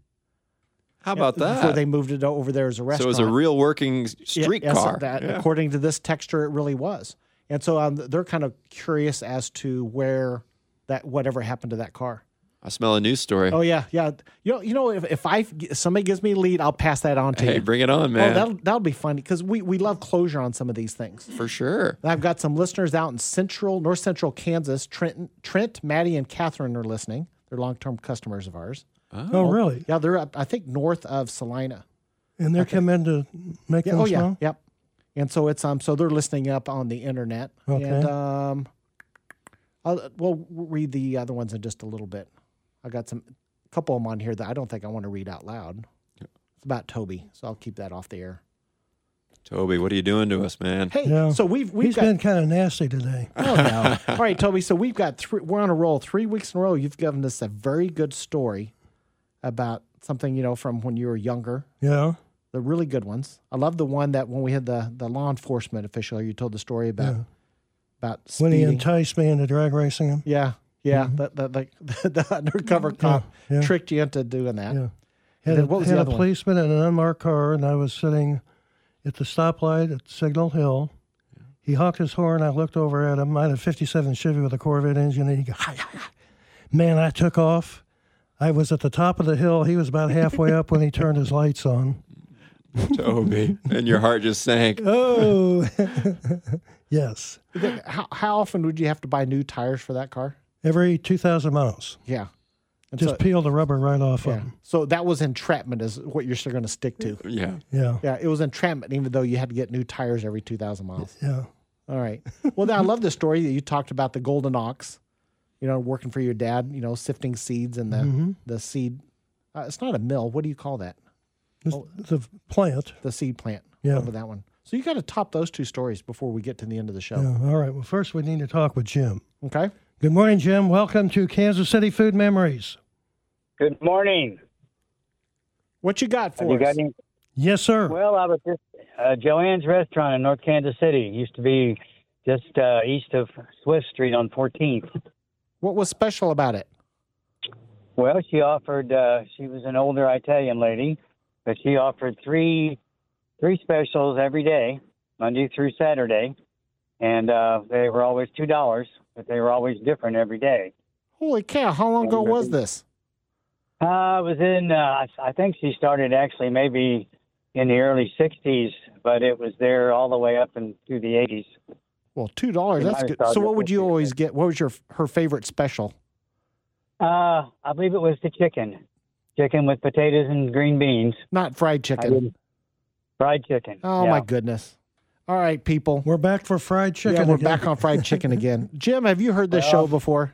Speaker 3: How about
Speaker 1: before
Speaker 3: that?
Speaker 1: they moved it over there as a
Speaker 3: so it
Speaker 1: restaurant.
Speaker 3: was a real working s-
Speaker 1: Yeah,
Speaker 3: street
Speaker 1: yes,
Speaker 3: car.
Speaker 1: that,
Speaker 3: Yeah.
Speaker 1: According to this texture, it really was. And so um, they're kind of curious as to where that whatever happened to that car.
Speaker 3: I smell a news story.
Speaker 1: Oh yeah, yeah. You know, you know, if, if I if somebody gives me a lead, I'll pass that on to
Speaker 3: hey,
Speaker 1: you.
Speaker 3: bring it on,
Speaker 1: oh,
Speaker 3: man.
Speaker 1: that'll that'll be funny because we we love closure on some of these things.
Speaker 3: For sure.
Speaker 1: And I've got some listeners out in central, north central Kansas. Trent, Trent, Maddie, and Catherine are listening. They're long term customers of ours.
Speaker 2: Oh, really?
Speaker 1: Yeah, they're up, I think north of Salina.
Speaker 2: And they're come in to make
Speaker 1: Yeah,
Speaker 2: them
Speaker 1: oh yeah,
Speaker 2: smell?
Speaker 1: yep. And so it's um, so they're listening up on the internet.
Speaker 2: Okay.
Speaker 1: And um, I'll, we'll read the other ones in just a little bit. I got some, couple of them on here that I don't think I want to read out loud. It's about Toby, so I'll keep that off the air.
Speaker 3: Toby, what are you doing to us, man?
Speaker 1: Hey,
Speaker 2: Yeah.
Speaker 1: so we've we've
Speaker 2: He's
Speaker 1: got.
Speaker 2: been kind of nasty today.
Speaker 1: oh, no. All right, Toby. So we've got three. We're on a roll. Three weeks in a row, you've given us a very good story about something you know from when you were younger.
Speaker 2: Yeah.
Speaker 1: the really good ones. I love the one that when we had the the law enforcement official, you told the story about about
Speaker 2: When he
Speaker 1: speeding.
Speaker 2: enticed me into drag racing him.
Speaker 1: yeah, yeah, the, the, the, the undercover cop
Speaker 2: yeah.
Speaker 1: tricked you into doing that.
Speaker 2: Yeah. Had,
Speaker 1: then
Speaker 2: a,
Speaker 1: what was
Speaker 2: had
Speaker 1: the
Speaker 2: a
Speaker 1: other one?
Speaker 2: policeman in an unmarked car, and I was sitting at the stoplight at Signal Hill. He honked his horn. I looked over at him. I had a 57 Chevy with a Corvette engine, and he go, man, I took off. I was at the top of the hill. He was about halfway up when he turned his lights on.
Speaker 3: Toby. and your heart just sank.
Speaker 2: Oh, yes.
Speaker 1: Then How, how often would you have to buy new tires for that car?
Speaker 2: Every 2,000 miles,
Speaker 1: Yeah, and
Speaker 2: just
Speaker 1: so,
Speaker 2: peel the rubber right off of
Speaker 1: yeah.
Speaker 2: him.
Speaker 1: So that was entrapment, is what you're still going to stick to.
Speaker 3: Yeah.
Speaker 2: Yeah,
Speaker 1: Yeah, it was entrapment, even though you had to get new tires every two thousand miles.
Speaker 2: yeah.
Speaker 1: All right. Well, then I love the story that you talked about the golden ox, you know, working for your dad, you know, sifting seeds and the
Speaker 2: Mm-hmm.
Speaker 1: the seed. Uh, it's not a mill. What do you call that?
Speaker 2: This-
Speaker 1: Oh.
Speaker 2: The plant.
Speaker 1: The seed plant.
Speaker 2: Yeah.
Speaker 1: Over that one. So you got to top those two stories before we get to the end of the show.
Speaker 2: Yeah. All right. Well, first we need to talk with Jim.
Speaker 1: Okay.
Speaker 2: Good morning, Jim. Welcome to Kansas City Food Memories.
Speaker 6: Good morning.
Speaker 1: What you got for
Speaker 6: Have you got
Speaker 1: us?
Speaker 6: any?
Speaker 2: Yes, sir.
Speaker 6: Well, I was just uh, Joanne's restaurant in North Kansas City. It used to be just uh, east of Swift Street on 14th.
Speaker 1: what was special about it?
Speaker 6: Well, she offered. Uh, she was an older Italian lady, but she offered three three specials every day, Monday through Saturday, and uh, they were always two dollars, but they were always different every day.
Speaker 1: Holy cow! How long ago was this?
Speaker 6: Uh, I was in. Uh, I, I think she started actually maybe in the early '60s, but it was there all the way up and through the '80s.
Speaker 1: Well, two dollars.
Speaker 6: Yeah,
Speaker 1: That's
Speaker 6: I
Speaker 1: good.
Speaker 6: thought
Speaker 1: So,
Speaker 6: it
Speaker 1: what would
Speaker 6: was
Speaker 1: you
Speaker 6: pretty
Speaker 1: always get? What was your her favorite special?
Speaker 6: Uh, I believe it was the chicken, chicken with potatoes and green beans,
Speaker 1: Not fried chicken.
Speaker 6: didn't- fried chicken.
Speaker 1: Oh
Speaker 6: yeah.
Speaker 1: my goodness! All right, people.
Speaker 2: We're back for fried chicken.
Speaker 1: yeah, we're
Speaker 2: again.
Speaker 1: back on fried chicken again. Jim, have you heard this show before?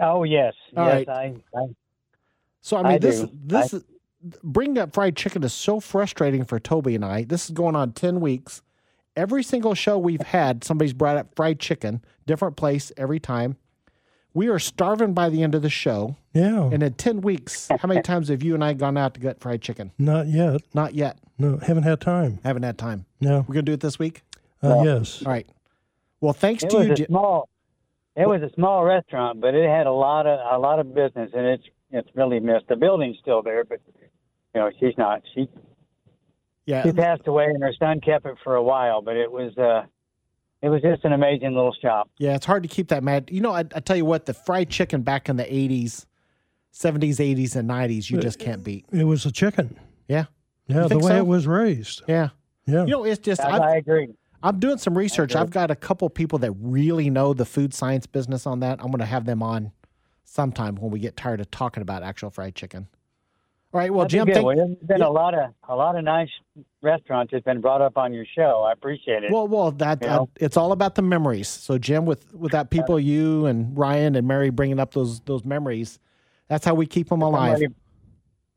Speaker 6: Oh yes,
Speaker 1: All
Speaker 6: yes,
Speaker 1: right.
Speaker 6: I, I
Speaker 1: So I mean,
Speaker 6: I
Speaker 1: this
Speaker 6: do.
Speaker 1: this bringing up fried chicken is so frustrating for Toby and I. This is going on ten weeks. Every single show we've had, somebody's brought up fried chicken, different place every time. We are starving by the end of the show.
Speaker 2: Yeah.
Speaker 1: And in ten weeks, how many times have you and I gone out to get fried chicken?
Speaker 2: Not yet.
Speaker 1: Not yet.
Speaker 2: No, haven't had time.
Speaker 1: Haven't had time.
Speaker 2: No.
Speaker 1: We're gonna do it this week.
Speaker 2: Uh, yes.
Speaker 1: All right. Well, thanks
Speaker 6: It
Speaker 1: to
Speaker 6: was
Speaker 1: you.
Speaker 6: a
Speaker 1: Ji-
Speaker 6: small. It was a small restaurant, but it had a lot of a lot of business, and it's it's really missed. The building's still there, but you know she's not. She she
Speaker 1: yeah.
Speaker 6: passed away, and her son kept it for a while. But it was uh, it was just an amazing little shop.
Speaker 1: Yeah, it's hard to keep that mad. You know, I, I tell you what, the fried chicken back in the 80s, 70s, 80s, and 90s, you just can't beat.
Speaker 2: It was a chicken.
Speaker 1: Yeah.
Speaker 2: Yeah, the
Speaker 1: think
Speaker 2: way
Speaker 1: so?
Speaker 2: it was raised.
Speaker 1: Yeah.
Speaker 2: Yeah.
Speaker 1: You know, it's just,
Speaker 6: I, I
Speaker 1: I've,
Speaker 6: agree.
Speaker 1: I'm doing some research. I've got a couple people that really know the food science business on that. I'm going to have them on sometime when we get tired of talking about actual fried chicken. All right. Well,
Speaker 6: That'd be
Speaker 1: Jim,
Speaker 6: good.
Speaker 1: thank,
Speaker 6: Well, there's been
Speaker 1: Yeah.
Speaker 6: a lot of a lot of nice restaurants that's been brought up on your show. I appreciate it.
Speaker 1: Well, well, that
Speaker 6: You know?
Speaker 1: uh, it's all about the memories. So, Jim, with with that people, you and Ryan and Mary bringing up those those memories, that's how we keep them alive.
Speaker 6: somebody,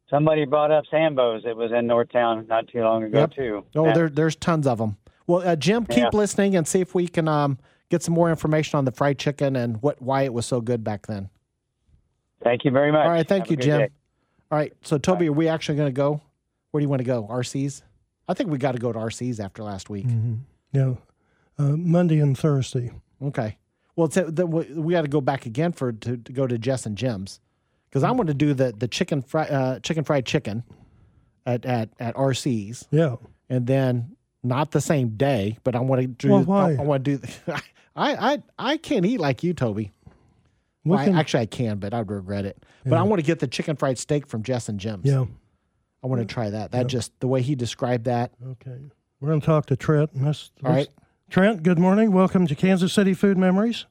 Speaker 6: somebody brought up Sambo's. It was in Northtown not too long ago
Speaker 1: Yep.
Speaker 6: too.
Speaker 1: Oh,
Speaker 6: Yeah.
Speaker 1: there, there's tons of them. Well, uh, Jim, keep
Speaker 6: Yeah.
Speaker 1: listening and see if we can um, get some more information on the fried chicken and what why it was so good back then.
Speaker 6: Thank you very much.
Speaker 1: All right, thank
Speaker 6: Have a
Speaker 1: you,
Speaker 6: good
Speaker 1: Jim.
Speaker 6: day.
Speaker 1: All right, so Toby, are we actually going to go? Where do you want to go? RC's? I think we got to go to RC's after last week.
Speaker 2: Yeah. Uh, Monday and Thursday.
Speaker 6: Mm.
Speaker 1: Okay. Well, it's, uh, the, we, we got to go back again for to, to go to Jess and Jim's because
Speaker 6: Mm.
Speaker 1: I'm going to do the the chicken fry, uh, chicken fried chicken at, at at RC's,
Speaker 2: Yeah.
Speaker 1: and then not the same day, but I want to do.
Speaker 2: Well, why?
Speaker 1: I, want to do. I I I can't eat like you, Toby.
Speaker 2: We
Speaker 1: Well, I-
Speaker 2: can-
Speaker 1: actually, I can, but I'd regret it. But I want to get the chicken fried steak from Jess and Jim's.
Speaker 2: yeah.
Speaker 1: I want to try that. That just the way he described that.
Speaker 2: Okay. We're going to talk to Trent. and That's,
Speaker 1: All right.
Speaker 2: Trent, good morning. Welcome to Kansas City Food Memories.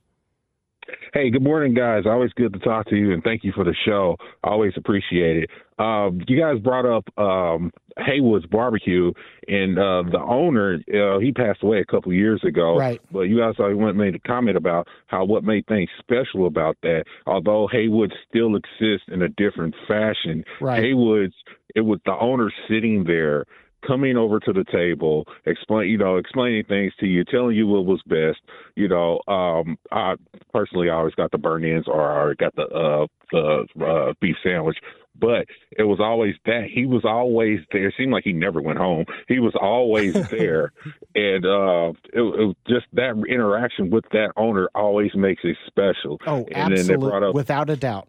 Speaker 7: Hey, good morning, guys. Always good to talk to you, and thank you for the show. Always appreciate it. Um, you guys brought up um, Haywood's Barbecue, and uh, the owner uh, he passed away a couple years ago.
Speaker 1: Right.
Speaker 7: But you guys always went- made a comment about how what made things special about that. Although Haywood still exists in a different fashion,
Speaker 1: Right.
Speaker 7: Haywood's it was the owner sitting there coming over to the table, explain you know, explaining things to you, telling you what was best. You know, um I personally I always got the burn ends or I already got the uh the uh beef sandwich. But it was always that he was always there. It seemed like he never went home. He was always there, and uh, it, it was just that interaction with that owner always makes it special.
Speaker 1: Oh,
Speaker 7: and then they brought
Speaker 1: absolutely,
Speaker 7: up
Speaker 1: without a doubt.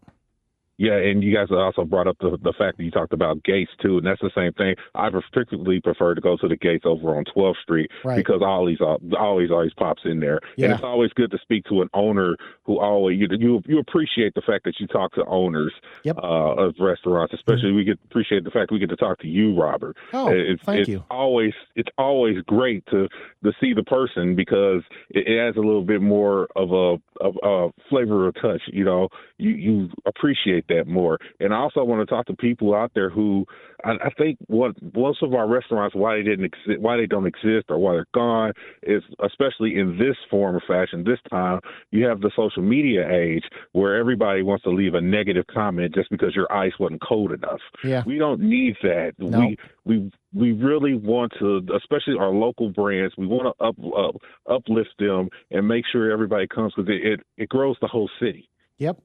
Speaker 7: yeah, and you guys also brought up the the fact that you talked about Gates too, and that's the same thing. I particularly prefer to go to the Gates over on 12th Street
Speaker 1: Right.
Speaker 7: because Ollie's al- always always pops in there,
Speaker 1: Yeah.
Speaker 7: and it's always good to speak to an owner who always you you you appreciate the fact that you talk to owners
Speaker 1: Yep. Mm-hmm.
Speaker 7: uh, of restaurants, especially we get appreciate the fact we get to talk to you, Robert.
Speaker 1: Oh,
Speaker 7: it's,
Speaker 1: thank
Speaker 7: it's
Speaker 1: you.
Speaker 7: Always, it's always great to to see the person because it, it adds a little bit more of a of a flavor or touch. You know, you you appreciate that more. And I also want to talk to people out there who I, I think what most of our restaurants why they didn't exist, why they don't exist, or why they're gone is especially in this form of fashion. This time, you have the social media age where everybody wants to leave a negative comment just because your ice wasn't cold enough.
Speaker 1: Yeah.
Speaker 7: We don't need that.
Speaker 1: No.
Speaker 7: We we we really want to, especially our local brands. We want to up, up uplift them and make sure everybody comes because it, it it grows the whole city.
Speaker 1: Yep.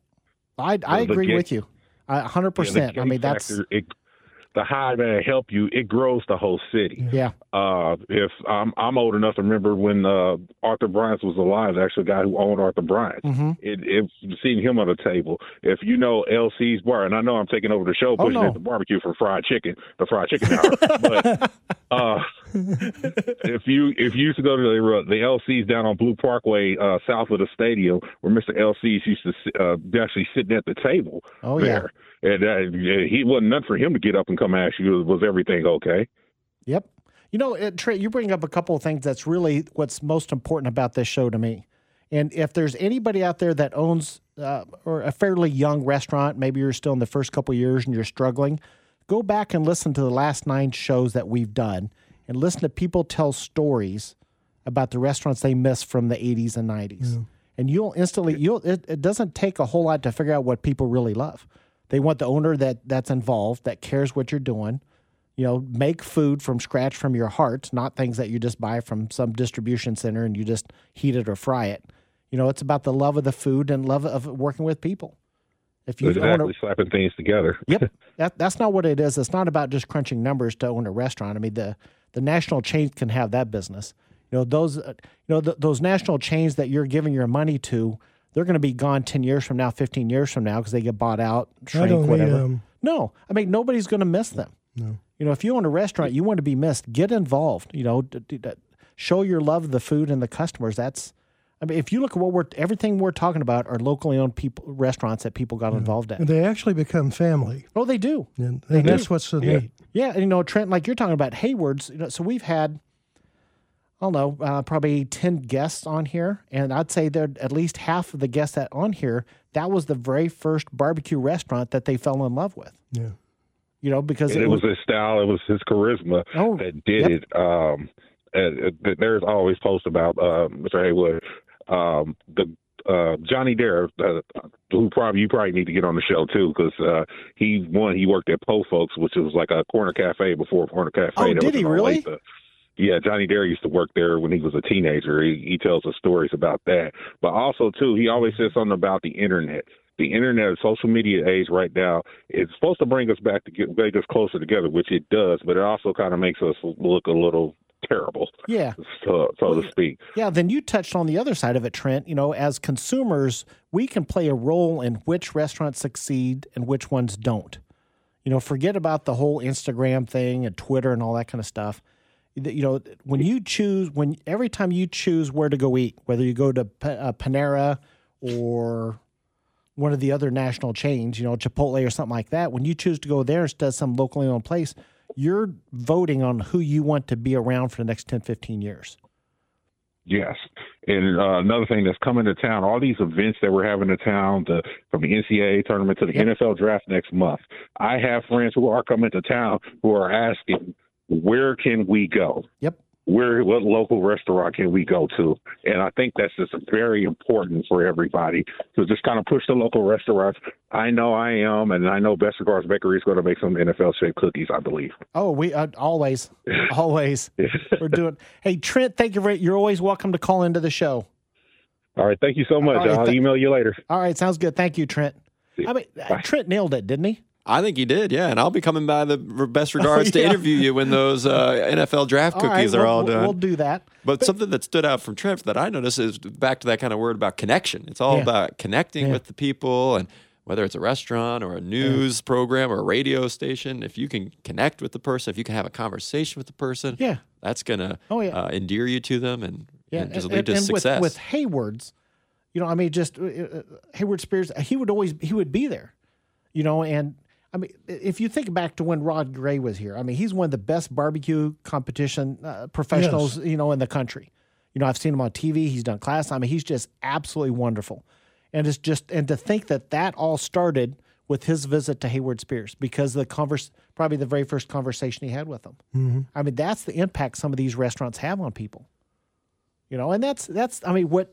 Speaker 1: I I
Speaker 7: The- the
Speaker 1: agree
Speaker 7: gate-
Speaker 1: with you. A hundred
Speaker 7: Yeah, the
Speaker 1: percent. I
Speaker 7: K
Speaker 1: mean that's
Speaker 7: factor, it, the high that help you. It grows the whole city.
Speaker 1: yeah.
Speaker 7: Uh, if I'm I'm old enough to remember when uh, Arthur Bryant was alive, the actual guy who owned Arthur Bryant.
Speaker 1: hmm
Speaker 7: It, it seeing him on the table. If you know LC's bar, and I know I'm taking over the show,
Speaker 1: Oh,
Speaker 7: pushing
Speaker 1: no.
Speaker 7: at the barbecue for fried chicken, the fried chicken hour. but uh, if you if you used to go to the uh, the LCs down on Blue Parkway, uh, south of the stadium, where Mr. LCs used to si- uh, actually sitting at the table
Speaker 1: Oh yeah.
Speaker 7: there, and uh, yeah, he wasn't nothing for him to get up and come ask you was everything okay.
Speaker 1: Yep. You know, uh, Trent, you bring up a couple of things that's really what's most important about this show to me. And if there's anybody out there that owns uh, or a fairly young restaurant, maybe you're still in the first couple of years and you're struggling, go back and listen to the last nine shows that we've done and listen to people tell stories about the restaurants they missed from the 80s and 90s. And you'll instantly you'll it, it doesn't take a whole lot to figure out what people really love. They want the owner that that's involved, that cares what you're doing you know, make food from scratch from your heart, not things that you just buy from some distribution center and you just heat it or fry it. You know, it's about the love of the food and love of working with people. If you own a,
Speaker 7: Exactly, slapping things together.
Speaker 1: yep, that, that's not what it is. It's not about just crunching numbers to own a restaurant. I mean, the the national chains can have that business. You know, those uh, you know th- those national chains that you're giving your money to, they're going to be gone ten years from now, fifteen years from now, because they get bought out,
Speaker 2: I
Speaker 1: shrink,
Speaker 2: don't need
Speaker 1: whatever.
Speaker 2: um,
Speaker 1: No, I mean nobody's going to miss them. No. You know, if you own a restaurant, you want to be missed. Get involved. You know, d- d- d- show your love of the food and the customers. That's, I mean, if you look at what we're everything we're talking about are locally owned people restaurants that people got involved at.
Speaker 2: they actually become family,
Speaker 1: Oh, they do.
Speaker 2: and, and that's what's so neat.
Speaker 1: Yeah, and you know, Trent, like you're talking about Hayward's. You know, so we've had, I don't know, uh, probably ten guests on here, and I'd say there at least half of the guests that on here that was the very first barbecue restaurant that they fell in love with.
Speaker 2: Yeah.
Speaker 1: You know, because
Speaker 7: And it was his style, it was his charisma
Speaker 1: Oh,
Speaker 7: that did
Speaker 1: yep.
Speaker 7: it. Um, and, uh, th- there's always posts about uh, Mr. Haywood, um, the uh, Johnny Dare, uh, who probably you probably need to get on the show too, because uh, he one he worked at Po Folks, which was like a corner cafe before corner cafe.
Speaker 1: Oh,
Speaker 7: That
Speaker 1: did
Speaker 7: was
Speaker 1: he
Speaker 7: in
Speaker 1: really?
Speaker 7: Olathe. Yeah, Johnny Dare used to work there when he was a teenager. He, he tells us stories about that. But also, too, he always says something about the internet. The internet, social media age right now, it's supposed to bring us back to get, make us closer together, which it does, but it also kind of makes us look a little terrible,
Speaker 1: yeah.
Speaker 7: so, so to speak.
Speaker 1: Yeah, then you touched on the other side of it, Trent. You know, as consumers, we can play a role in which restaurants succeed and which ones don't. You know, forget about the whole Instagram thing and Twitter and all that kind of stuff. Th- You know, when you choose, when every time you choose where to go eat, whether you go to Pa- uh, Panera or one of the other national chains, you know, Chipotle or something like that, when you choose to go there instead of some locally owned place, you're voting on who you want to be around for the next 10, 15 years.
Speaker 7: Yes, and uh, another thing that's coming to town, all these events that we're having in town, the from the NCAA tournament to the NFL draft next month. I have friends who are coming to town who are asking, where can we go?
Speaker 1: Yep.
Speaker 7: Where what local restaurant can we go to? And I think that's just very important for everybody to just kind of push the local restaurants. I know I am, and I know Best Cigars Bakery is going to make some NFL shaped cookies, I believe.
Speaker 1: Oh, we uh, always, always. We're doing. Hey, Trent, thank you. For, you're always welcome to call into the show.
Speaker 7: All right, thank you so much.
Speaker 1: All right,
Speaker 7: I'll
Speaker 1: th-
Speaker 7: email you later.
Speaker 1: All right, sounds good. Thank you, Trent. I mean, uh, Trent nailed it, didn't he?
Speaker 3: I think he did, yeah. And I'll be coming by the r- best regards to
Speaker 1: Oh, yeah.
Speaker 3: interview you when those uh, NFL draft
Speaker 1: All
Speaker 3: cookies
Speaker 1: right,
Speaker 3: are
Speaker 1: we'll-
Speaker 3: all
Speaker 1: we'll-
Speaker 3: done.
Speaker 1: We'll do that.
Speaker 3: But something that stood out from Trent that I noticed is back to that kind of word about connection. It's all
Speaker 1: Yeah.
Speaker 3: about connecting with the people and whether it's a restaurant or a news program or a radio station, if you can connect with the person, if you can have a conversation with the person,
Speaker 1: Yeah.
Speaker 3: that's going to
Speaker 1: Oh, yeah.
Speaker 3: uh, endear you to them and,
Speaker 1: Yeah,
Speaker 3: and just lead to
Speaker 1: with,
Speaker 3: success.
Speaker 1: with Haywards, you know, I mean, just uh, uh, Hayward Spears, he would always he would be there, you know, and I mean, if you think back to when Rod Gray was here, I mean, he's one of the best barbecue competition uh, professionals, you know, in the country. You know, I've seen him on TV. He's done class. I mean, he's just absolutely wonderful, and it's just and to think that that all started with his visit to Hayward Spears because the converse probably the very first conversation he had with him. I mean, that's the impact some of these restaurants have on people you know and that's that's i mean what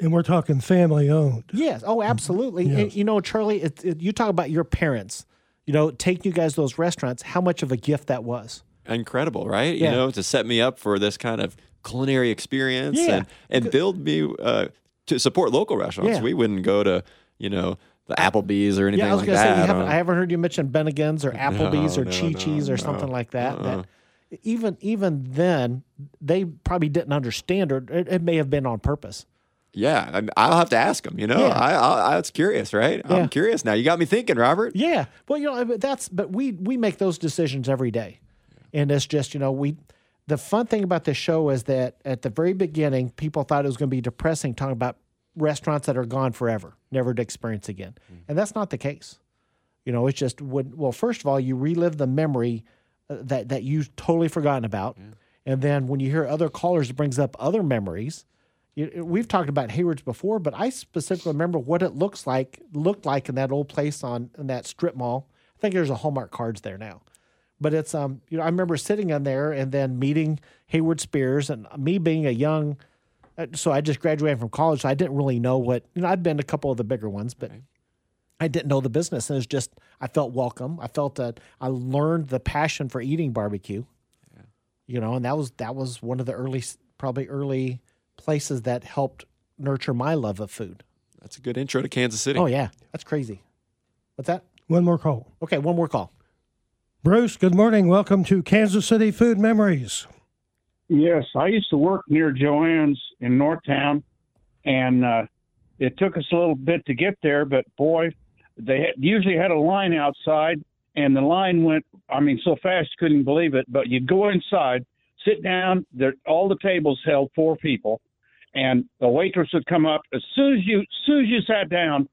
Speaker 2: And we're talking family owned.
Speaker 1: yes oh absolutely And, you know charlie it, it, you talk about your parents you know taking you guys to those restaurants how much of a gift that was
Speaker 3: incredible, right?
Speaker 1: Yeah.
Speaker 3: You know, to set me up for this kind of culinary experience
Speaker 1: Yeah.
Speaker 3: and and build me uh, to support local restaurants.
Speaker 1: Yeah.
Speaker 3: We wouldn't go to you know the Applebee's or anything
Speaker 1: yeah i was
Speaker 3: like
Speaker 1: gonna
Speaker 3: that.
Speaker 1: say you
Speaker 3: I
Speaker 1: haven't,
Speaker 3: don't-
Speaker 1: i haven't heard you mention bennigan's or applebee's or
Speaker 3: no,
Speaker 1: chi chi's
Speaker 3: no, Uh-uh.
Speaker 1: or something like that, that even even then they probably didn't understand or it, it may have been on purpose
Speaker 3: yeah, I mean, I'll have to ask them. You know,
Speaker 1: Yeah.
Speaker 3: I, I, I it's curious, right?
Speaker 1: Yeah.
Speaker 3: I'm curious now. You got me thinking, Robert.
Speaker 1: Yeah. Well, you know, but that's but we we make those decisions every day, and it's just you know we the fun thing about this show is that at the very beginning, people thought it was going to be depressing talking about restaurants that are gone forever, never to experience again. And that's not the case. You know, it's just when, well, first of all, you relive the memory uh, that that you totally forgotten about, and then when you hear other callers, it brings up other memories. You, we've talked about Hayward's before, but I specifically remember what it looks like looked like in that old place on in that strip mall. I think there's a Hallmark cards there now but it's um you know I remember sitting in there and then meeting Hayward Spears and uh, me being a young uh, so I just graduated from college so I didn't really know what you know I'd been to a couple of the bigger ones but I didn't know the business and it was just I felt welcome I felt that I learned the passion for eating barbecue you know and that was that was one of the early probably early places that helped nurture my love of food
Speaker 3: That's a good intro to Kansas City.
Speaker 1: oh yeah that's crazy what's that
Speaker 2: One more call.
Speaker 1: okay one more call
Speaker 2: Bruce, good morning. Welcome to Kansas City Food Memories.
Speaker 8: Yes, I used to work near Joanne's in Northtown, and uh, it took us a little bit to get there. But boy, they had, usually had a line outside, and the line went. I mean, so fast you couldn't believe it. But you'd go inside, sit down. There, all the tables held four people, and the waitress would come up as soon as you, as soon as you sat down,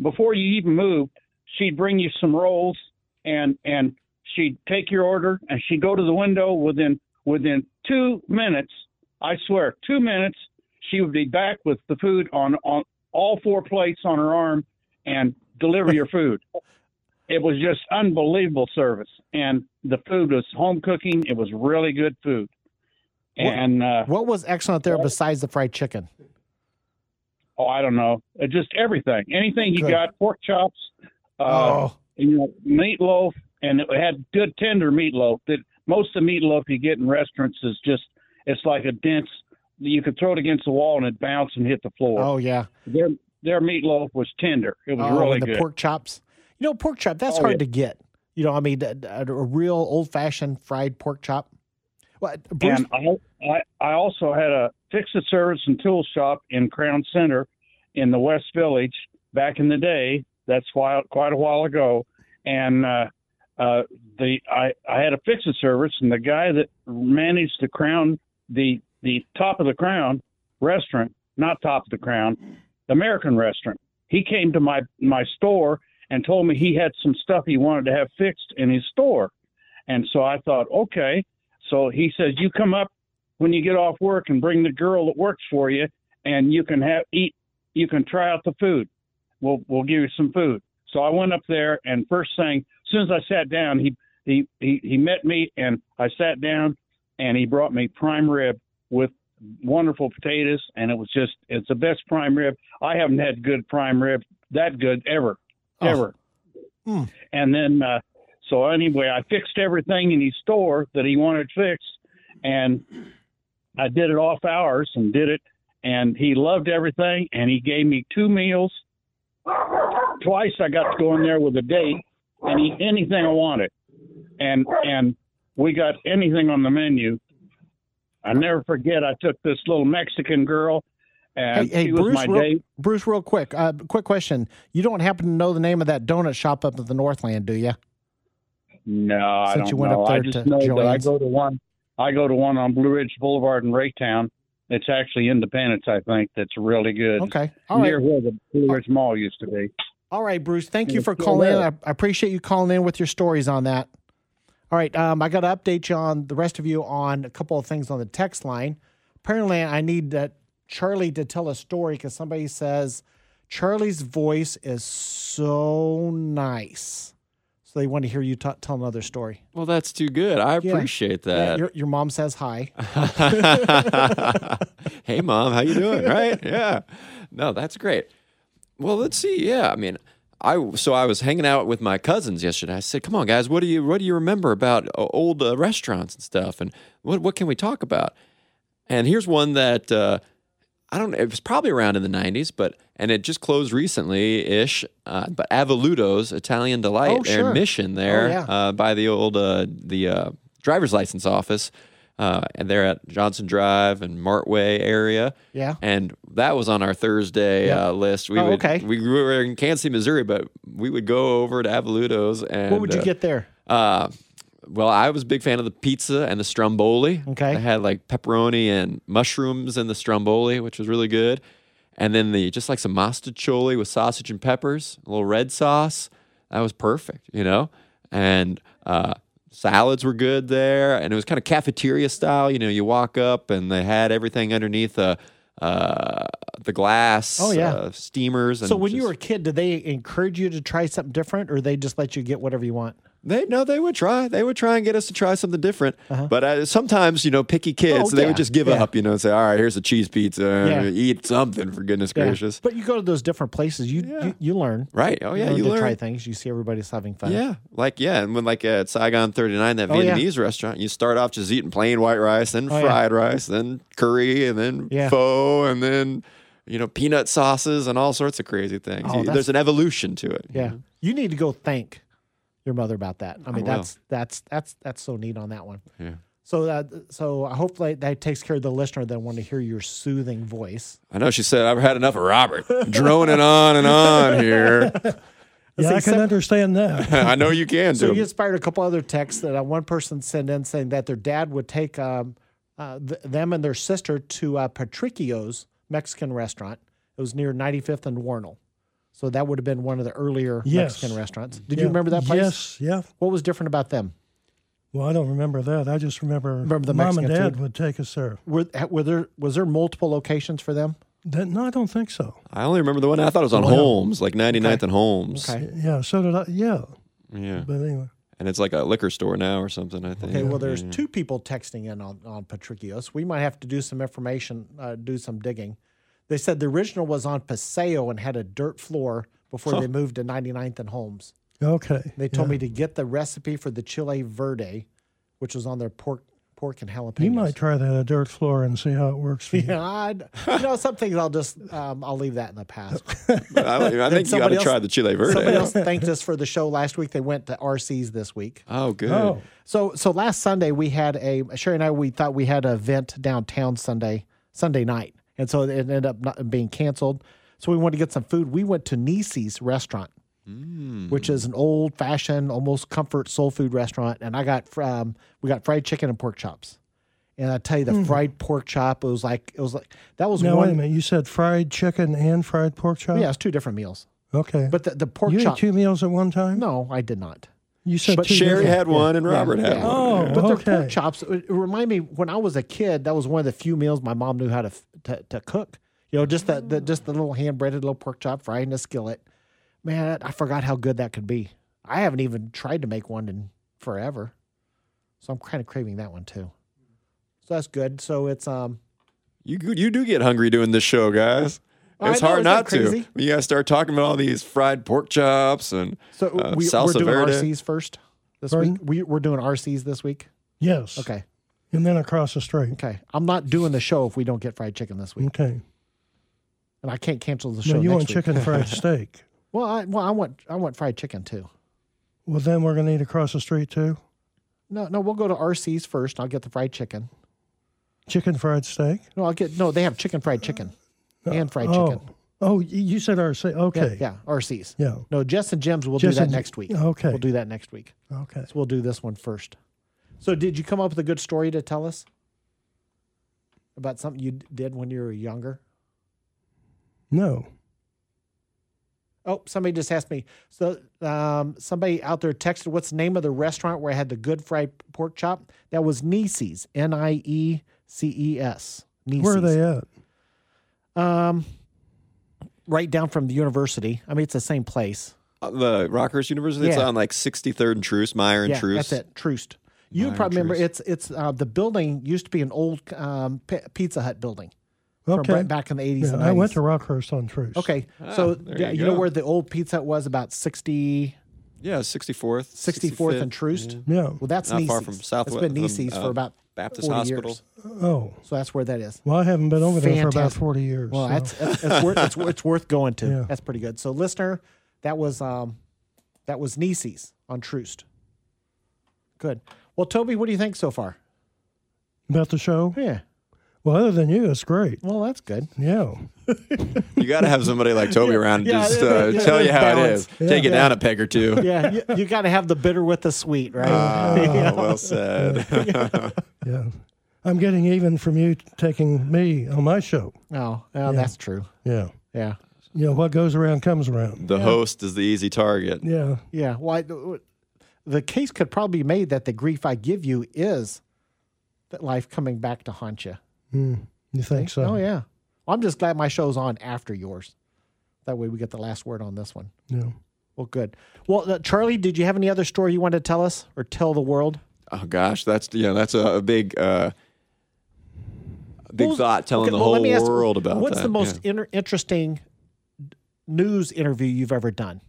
Speaker 8: before you even moved, she'd bring you some rolls and and she'd take your order and she'd go to the window within within two minutes i swear two minutes she would be back with the food on on all four plates on her arm and deliver your food it was just unbelievable service and the food was home cooking it was really good food and uh,
Speaker 1: what was excellent there besides the fried chicken
Speaker 8: oh i don't know it just everything anything you
Speaker 2: Good.
Speaker 8: got pork chops uh,
Speaker 1: oh
Speaker 8: you know, meatloaf, and it had good tender meatloaf. That most of the meatloaf you get in restaurants is just it's like a dense. You could throw it against the wall and it bounce and hit the floor.
Speaker 1: oh yeah
Speaker 8: Their their meatloaf was tender. It was
Speaker 1: Oh,
Speaker 8: really
Speaker 1: and the
Speaker 8: good.
Speaker 1: pork chops. You know, pork chop that's
Speaker 8: Oh,
Speaker 1: hard
Speaker 8: yeah.
Speaker 1: to get. You know, I mean, a, a- a real old fashioned fried pork chop. Well, Bruce,
Speaker 8: and I, I I also had a fix it service and tool shop in Crown Center in the West Village back in the day. That's why quite a while ago, and uh, uh, the I I had a fix it service, and the guy that managed the Crown the the top of the Crown restaurant, not top of the Crown, American restaurant. He came to my my store and told me he had some stuff he wanted to have fixed in his store, and so I thought, okay, so he says, you come up when you get off work and bring the girl that works for you, and you can have eat. You can try out the food. We'll we'll give you some food. So I went up there, and first thing, as soon as I sat down, he he he, he met me, and I sat down, and he brought me prime rib with wonderful potatoes, and it was just it's the best prime rib. I haven't had good prime rib that good ever,
Speaker 1: Oh.
Speaker 8: ever.
Speaker 1: Mm.
Speaker 8: And then uh, so anyway, I fixed everything in his store that he wanted fixed, and I did it off hours and did it, and he loved everything, and he gave me two meals. Twice I got to go in there with a date and eat anything I wanted, and and we got anything on the menu. I never forget. I took this little Mexican girl,
Speaker 1: hey,
Speaker 8: and
Speaker 1: hey
Speaker 8: she was
Speaker 1: Bruce,
Speaker 8: my
Speaker 1: real,
Speaker 8: date.
Speaker 1: Bruce, real quick, uh, quick question. You don't happen to know the name of that donut shop up at the Northland, do you?
Speaker 8: No, I
Speaker 1: Since
Speaker 8: don't
Speaker 1: you went up
Speaker 8: know.
Speaker 1: there
Speaker 8: I
Speaker 1: to
Speaker 8: just know that I
Speaker 1: Joanne's.
Speaker 8: go to one. I go to one on Blue Ridge Boulevard in Raytown. It's actually Independence, I think. That's really good.
Speaker 1: Okay. All right.
Speaker 8: Near where the Blue Ridge Mall used to be.
Speaker 1: All right, Bruce. Thank you
Speaker 8: Yeah,
Speaker 1: for
Speaker 8: sure
Speaker 1: calling in.
Speaker 8: will.
Speaker 1: I, I appreciate you calling in with your stories on that. All right, um, I got to update you on the rest of you on a couple of things on the text line. Apparently, I need that Charlie to tell a story because somebody says Charlie's voice is so nice, so they want to hear you ta tell another story.
Speaker 3: Well, that's too good. I
Speaker 1: Yeah.
Speaker 3: appreciate
Speaker 1: Yeah,
Speaker 3: that.
Speaker 1: your, your mom says hi.
Speaker 3: hey mom how you doing right yeah no that's great well let's see yeah i mean i so i was hanging out with my cousins yesterday i said come on guys what do you what do you remember about uh, old uh, restaurants and stuff and what, what can we talk about and here's one that uh, i don't know it was probably around in the 90s but and it just closed recently ish uh, but avaludo's italian delight
Speaker 1: Oh,
Speaker 3: there in
Speaker 1: sure.
Speaker 3: mission there
Speaker 1: Oh, yeah.
Speaker 3: uh, by the old uh, the uh, driver's license office, uh, and they're at Johnson Drive and Martway area.
Speaker 1: Yeah.
Speaker 3: and that was on our Thursday
Speaker 1: Yeah.
Speaker 3: uh, list. We
Speaker 1: Oh,
Speaker 3: would,
Speaker 1: okay.
Speaker 3: We were in Kansas City, Missouri, but we would go over to Avaludo's and
Speaker 1: What would you
Speaker 3: uh,
Speaker 1: get there?
Speaker 3: Uh, Well, I was a big fan of the pizza and the stromboli.
Speaker 1: Okay.
Speaker 3: They had like pepperoni and mushrooms in the stromboli, which was really good. And then the just like some mastacholi with sausage and peppers, a little red sauce. That was perfect, you know? And uh, salads were good there. And it was kind of cafeteria style. You know, you walk up and they had everything underneath uh, uh, the glass
Speaker 1: Oh, yeah.
Speaker 3: uh, steamers. And
Speaker 1: So when you
Speaker 3: just-
Speaker 1: were a kid, did they encourage you to try something different, or they just let you get whatever you want?
Speaker 3: They no, they would try. They would try and get us to try something different. But uh, sometimes, you know, picky kids,
Speaker 1: Uh-huh. Oh,
Speaker 3: they
Speaker 1: yeah,
Speaker 3: would just give
Speaker 1: yeah.
Speaker 3: up. You know, and say, "All right, here's a cheese pizza. uh,
Speaker 1: Yeah.
Speaker 3: Eat something for goodness
Speaker 1: Yeah.
Speaker 3: gracious."
Speaker 1: But you go to those different places, you you, you learn.
Speaker 3: Right? Oh yeah,
Speaker 1: learn
Speaker 3: you
Speaker 1: to
Speaker 3: learn.
Speaker 1: try things. You see everybody's having fun.
Speaker 3: Yeah, like yeah, and when like at Saigon 39, that
Speaker 1: Oh, yeah.
Speaker 3: Vietnamese restaurant, you start off just eating plain white rice, then
Speaker 1: Oh, yeah.
Speaker 3: fried rice, then curry, and then
Speaker 1: Yeah.
Speaker 3: pho, and then you know peanut sauces and all sorts of crazy things.
Speaker 1: Oh,
Speaker 3: You-
Speaker 1: that's-
Speaker 3: There's an evolution to it. you
Speaker 1: Yeah.
Speaker 3: know?
Speaker 1: You need to go thank your mother about that. I mean,
Speaker 3: will.
Speaker 1: that's that's that's that's so neat on that one.
Speaker 3: Oh, Yeah.
Speaker 1: So that so hopefully that takes care of the listener that want to hear your soothing voice.
Speaker 3: I know she said I've had enough of Robert droning on and on here.
Speaker 1: See,
Speaker 2: Yeah, I can
Speaker 1: some-
Speaker 2: understand that.
Speaker 3: I know you can
Speaker 1: So
Speaker 3: do.
Speaker 1: you inspired a couple other texts that uh, one person sent in saying that their dad would take um, uh, th- them and their sister to uh, Patricio's Mexican restaurant. It was near 95th and Warnell. So that would have been one of the earlier
Speaker 2: Yes.
Speaker 1: Mexican restaurants. Did
Speaker 2: Yeah.
Speaker 1: you remember that place?
Speaker 2: Yes, yeah.
Speaker 1: What was different about them?
Speaker 2: Well, I don't remember that. I just remember,
Speaker 1: Remember the
Speaker 2: mom and
Speaker 1: Mexican
Speaker 2: dad
Speaker 1: food?
Speaker 2: would take us there.
Speaker 1: Were, were there was there multiple locations for them?
Speaker 2: That, no, I don't think so.
Speaker 3: I only remember the one I thought it was on Holmes, like 99th and Holmes.
Speaker 1: Okay.
Speaker 2: Yeah, so did I. Yeah,
Speaker 3: Yeah.
Speaker 2: but anyway.
Speaker 3: And it's like a liquor store now or something, I think.
Speaker 1: Okay, well, there's two people texting in on, on Patricios. We might have to do some information, uh, do some digging. They said the original was on Paseo and had a dirt floor before they moved to 99th and Holmes.
Speaker 2: Okay.
Speaker 1: They told me to get the recipe for the chile verde, which was on their pork pork and jalapenos.
Speaker 2: You might try that at dirt floor and see how it works for you.
Speaker 1: Yeah, I'd, you know, some things I'll just um, I'll leave that in the past.
Speaker 3: I, I think you got
Speaker 1: somebody
Speaker 3: to
Speaker 1: else-
Speaker 3: try the Chile
Speaker 1: Somebody
Speaker 3: Verde.
Speaker 1: else thanked us for the show last week. They went to RC's this week.
Speaker 3: Oh, good.
Speaker 2: Oh,
Speaker 1: So so last Sunday we had a Sherry and I we thought we had an event downtown Sunday Sunday night, and so it ended up not being canceled. So we wanted to get some food. We went to Nisi's restaurant, which is an old fashioned, almost comfort soul food restaurant, and I got fr- um, we got fried chicken and pork chops. And I tell you, the fried pork chop it was like it was like that was
Speaker 2: now Mm. wait a
Speaker 1: one.
Speaker 2: minute. You said fried chicken and fried pork chop?
Speaker 1: Yeah, it's two different meals,
Speaker 2: Okay.
Speaker 1: but the, the pork
Speaker 2: you
Speaker 1: chop.
Speaker 2: ate two meals at one time?
Speaker 1: no, I did not.
Speaker 2: You said
Speaker 1: But
Speaker 2: two
Speaker 3: Sherry
Speaker 2: different-
Speaker 3: had one and Robert had
Speaker 1: Yeah.
Speaker 3: one.
Speaker 2: Oh,
Speaker 1: But
Speaker 2: okay.
Speaker 1: their pork chops it it remind me when I was a kid. That was one of the few meals my mom knew how to f- to, to cook. You know, just
Speaker 2: Oh.
Speaker 1: that the, just the little hand breaded little pork chop fried in a skillet. Man, I forgot how good that could be. I haven't even tried to make one in forever, so I'm kind of craving that one too. So that's good. So it's um
Speaker 3: You, you do get hungry doing this show, guys.
Speaker 1: Oh, I
Speaker 3: It's
Speaker 1: know,
Speaker 3: hard
Speaker 1: isn't that
Speaker 3: not to.
Speaker 1: crazy?
Speaker 3: You got to start talking about all these fried pork chops and
Speaker 1: so
Speaker 3: uh,
Speaker 1: we, we're
Speaker 3: salsa
Speaker 1: doing
Speaker 3: verde.
Speaker 1: RCs first this
Speaker 2: Pardon?
Speaker 1: week. We we're doing RCs this week.
Speaker 2: Yes.
Speaker 1: Okay,
Speaker 2: And then across the street.
Speaker 1: okay. I'm not doing the show if we don't get fried chicken this week,
Speaker 2: Okay.
Speaker 1: and I can't cancel the show.
Speaker 2: Mm. No, you
Speaker 1: next
Speaker 2: want
Speaker 1: week.
Speaker 2: chicken fried steak.
Speaker 1: Well, I, well, I want I want fried chicken too.
Speaker 2: Well, then we're going to eat across the street too.
Speaker 1: No, no, we'll go to RC's first. I'll get the fried chicken.
Speaker 2: Chicken fried steak.
Speaker 1: No, I'll get no. They have chicken fried chicken and fried
Speaker 2: oh.
Speaker 1: chicken.
Speaker 2: Oh, y- you said our steak.
Speaker 1: Yeah,
Speaker 2: Okay.
Speaker 1: yeah, RC's.
Speaker 2: Yeah.
Speaker 1: No, Jess and Jim's. We'll
Speaker 2: Jess
Speaker 1: do that
Speaker 2: and-
Speaker 1: next week.
Speaker 2: okay.
Speaker 1: we'll do that next week.
Speaker 2: Okay.
Speaker 1: So we'll do this one first. So, did you come up with a good story to tell us about something you d- did when you were younger?
Speaker 2: No.
Speaker 1: Oh, somebody just asked me. So, um, somebody out there texted, "What's the name of the restaurant where I had the good fried pork chop?" That was Nieces. N I E C E S.
Speaker 2: Where are they at?
Speaker 1: Um, right down from the university. I mean, it's the same place.
Speaker 3: uh, the Rockhurst University. It's
Speaker 1: Yeah.
Speaker 3: on like 63rd and Truce, Meyer and
Speaker 1: yeah,
Speaker 3: Truce.
Speaker 1: that's it. Troost. You
Speaker 3: Meyer
Speaker 1: probably remember
Speaker 3: Troost.
Speaker 1: it's it's uh, the building used to be an old um, P- Pizza Hut building from
Speaker 2: Okay.
Speaker 1: right back in the eighties.
Speaker 2: Yeah, I went to Rockhurst on Truce.
Speaker 1: Okay,
Speaker 3: Ah,
Speaker 1: so
Speaker 3: there
Speaker 1: yeah,
Speaker 3: you
Speaker 1: you, know
Speaker 3: go.
Speaker 1: where the old Pizza Hut was about 60,
Speaker 3: Yeah, 64th.
Speaker 1: 64th and
Speaker 3: 65th.
Speaker 1: Troost.
Speaker 2: Yeah.
Speaker 1: Well, that's
Speaker 3: Not
Speaker 1: Nieces.
Speaker 3: far from Southwest.
Speaker 1: It's been
Speaker 3: from,
Speaker 1: Nieces
Speaker 3: uh,
Speaker 1: for about
Speaker 3: Baptist
Speaker 1: 40
Speaker 3: Hospital.
Speaker 1: years.
Speaker 2: Oh.
Speaker 1: So that's where that is.
Speaker 2: Well, I haven't been over there for about
Speaker 1: Fantastic.
Speaker 2: 40 years.
Speaker 1: Well,
Speaker 2: so-
Speaker 1: that's, that's, that's worth, it's, wor- it's worth going to.
Speaker 2: Yeah.
Speaker 1: That's pretty good. So, listener, that was um, that was Nieces on Troost. Good. Well, Toby, what do you think so far?
Speaker 2: about the show.
Speaker 1: Yeah.
Speaker 2: Well, other than you, it's great.
Speaker 1: Well, that's good.
Speaker 2: Yeah.
Speaker 3: You got to have somebody like Toby around to
Speaker 1: Yeah,
Speaker 3: just
Speaker 1: yeah,
Speaker 3: uh,
Speaker 1: yeah,
Speaker 3: tell you how
Speaker 1: balance.
Speaker 3: it is. Take it
Speaker 1: Yeah.
Speaker 3: down a peg or two.
Speaker 1: Yeah, you, you got to have the bitter with the sweet, right? Uh,
Speaker 3: Ah,
Speaker 1: You know?
Speaker 3: well said.
Speaker 2: Yeah. I'm getting even from you taking me on my show.
Speaker 1: No, no, oh, that's true.
Speaker 2: Yeah.
Speaker 1: Yeah,
Speaker 2: You know, what goes around comes around.
Speaker 3: the host is the easy target.
Speaker 2: Yeah.
Speaker 1: yeah. Why? the the case could probably be made that the grief I give you is that life coming back to haunt you.
Speaker 2: Mm, you think so?
Speaker 1: Oh yeah. Well, I'm just glad my show's on after yours. That way we get the last word on this one.
Speaker 2: Yeah.
Speaker 1: Well, good. Well, uh, Charlie, did you have any other story you wanted to tell us or tell the world?
Speaker 3: Oh gosh, that's yeah, that's a, a big, uh, a big
Speaker 1: Well,
Speaker 3: thought telling
Speaker 1: okay,
Speaker 3: the
Speaker 1: well, let
Speaker 3: whole
Speaker 1: me ask,
Speaker 3: world about
Speaker 1: what's
Speaker 3: that.
Speaker 1: the most
Speaker 3: Yeah.
Speaker 1: inter- interesting news interview you've ever done?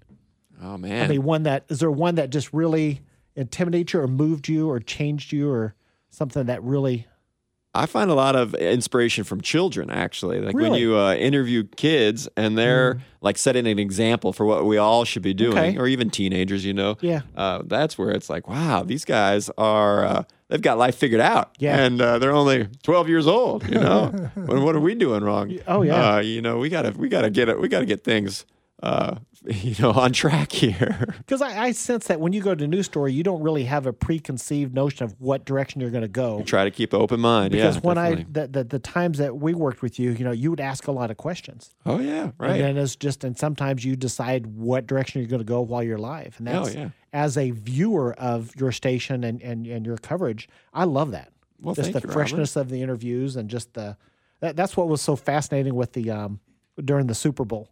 Speaker 3: Oh man,
Speaker 1: I mean, one that is there one that just really intimidated you or moved you or changed you or something that really
Speaker 3: I find a lot of inspiration from children, actually. Like when
Speaker 1: Really? Mm.
Speaker 3: you uh, interview kids and they're like setting an example for what we all should be doing,
Speaker 1: Okay.
Speaker 3: or even teenagers, you know.
Speaker 1: Yeah.
Speaker 3: Uh, that's where it's like, wow, these guys are, uh, they've got life figured out.
Speaker 1: Yeah.
Speaker 3: And uh, they're only 12 years old, you know. and what are we doing wrong?
Speaker 1: oh, yeah.
Speaker 3: Uh, you know, we got to, we got to get it, we got to get things, uh, you know, on track here.
Speaker 1: because I, I sense that when you go to a news story, you don't really have a preconceived notion of what direction you're going to go.
Speaker 3: Try to keep an open mind.
Speaker 1: Because
Speaker 3: yeah.
Speaker 1: when
Speaker 3: definitely.
Speaker 1: I the, the the times that we worked with you, you know, you would ask a lot of questions,
Speaker 3: oh, yeah. Right.
Speaker 1: and then it's just and sometimes you decide what direction you're going to go while you're live, and
Speaker 3: Oh,
Speaker 1: that's
Speaker 3: yeah.
Speaker 1: as a viewer of your station and and and your coverage, I love that.
Speaker 3: Well,
Speaker 1: just
Speaker 3: thank
Speaker 1: the
Speaker 3: you, Robert.
Speaker 1: freshness of the interviews and just the that, that's what was so fascinating with the um during the Super Bowl.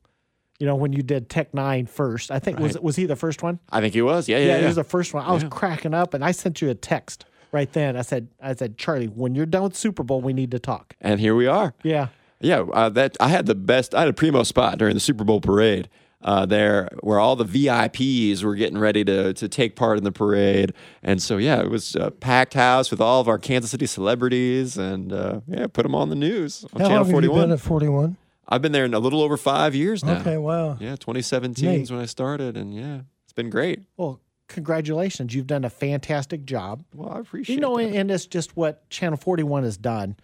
Speaker 1: You know, when you did Tech Nine first, I think was was he the first one?
Speaker 3: I think he was. Yeah. Yeah.
Speaker 1: yeah,
Speaker 3: yeah.
Speaker 1: it was the first one. I was cracking up, and I sent you a text right then. I said, I said, Charlie, when you're done with Super Bowl, we need to talk.
Speaker 3: and here we are.
Speaker 1: Yeah,
Speaker 3: Yeah, uh, that I had the best. I had a primo spot during the Super Bowl parade. Uh, there, where all the VIPs were getting ready to to take part in the parade, and so yeah, it was a packed house with all of our Kansas City celebrities, and uh, yeah, put them on the news on
Speaker 2: How
Speaker 3: Channel
Speaker 2: long have
Speaker 3: Forty
Speaker 2: you been
Speaker 3: One.
Speaker 2: at 41?
Speaker 3: I've been there in a little over five years now.
Speaker 2: Okay, wow.
Speaker 3: Yeah, 2017 is
Speaker 2: Neat.
Speaker 3: when I started, and yeah, it's been great.
Speaker 1: well, congratulations, you've done a fantastic job.
Speaker 3: Well, I appreciate.
Speaker 1: You know,
Speaker 3: that.
Speaker 1: and, and it's just what Channel 41 has done.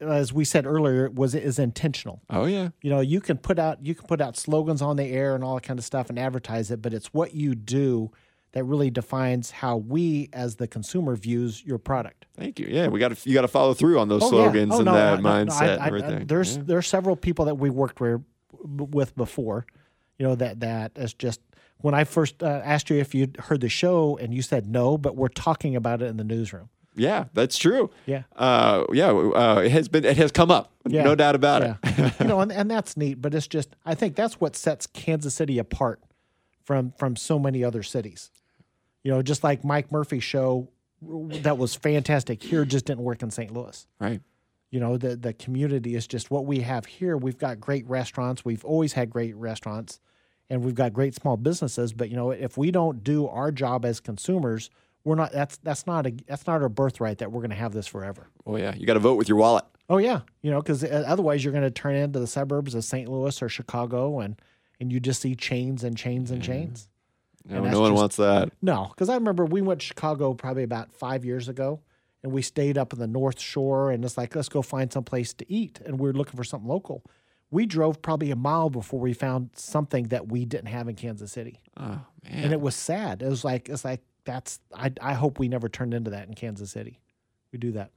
Speaker 1: As we said earlier, it was is intentional.
Speaker 3: oh yeah,
Speaker 1: You know, you can put out you can put out slogans on the air and all that kind of stuff and advertise it, but it's what you do that really defines how we as the consumer views your product.
Speaker 3: thank you. Yeah, we got to you got to follow through on those
Speaker 1: Oh, yeah.
Speaker 3: slogans
Speaker 1: Oh,
Speaker 3: and
Speaker 1: no,
Speaker 3: that
Speaker 1: no, no, no,
Speaker 3: mindset and
Speaker 1: I- I-
Speaker 3: everything.
Speaker 1: There's
Speaker 3: Yeah.
Speaker 1: there are several people that we worked with, with before, you know that that is just when I first uh, asked you if you heard the show and you said no, but we're talking about it in the newsroom.
Speaker 3: Yeah, that's true.
Speaker 1: Yeah.
Speaker 3: Uh, yeah. Uh, it has been. It has come up.
Speaker 1: Yeah.
Speaker 3: No doubt about it.
Speaker 1: Yeah, you know, and, and that's neat. But it's just I think that's what sets Kansas City apart from from so many other cities. You know, just like Mike Murphy's show that was fantastic here just didn't work in St. Louis.
Speaker 3: Right.
Speaker 1: you know the the community is just what we have here we've got great restaurants we've always had great restaurants and we've got great small businesses but you know if we don't do our job as consumers we're not that's that's not a that's not our birthright that we're going to have this forever
Speaker 3: Oh yeah. You got to vote with your wallet.
Speaker 1: oh yeah you know because otherwise you're going to turn into the suburbs of st louis or chicago and and you just see chains and chains and chains
Speaker 3: No,
Speaker 1: And
Speaker 3: no
Speaker 1: that's
Speaker 3: one
Speaker 1: just-
Speaker 3: wants that.
Speaker 1: no, because I remember we went to Chicago probably about five years ago, and we stayed up in the North Shore, and it's like let's go find someplace to eat, and we were looking for something local. We drove probably a mile before we found something that we didn't have in Kansas City,
Speaker 3: Oh
Speaker 1: and
Speaker 3: man.
Speaker 1: it was sad. It was like it's like that's I I hope we never turned into that in Kansas City. We do that.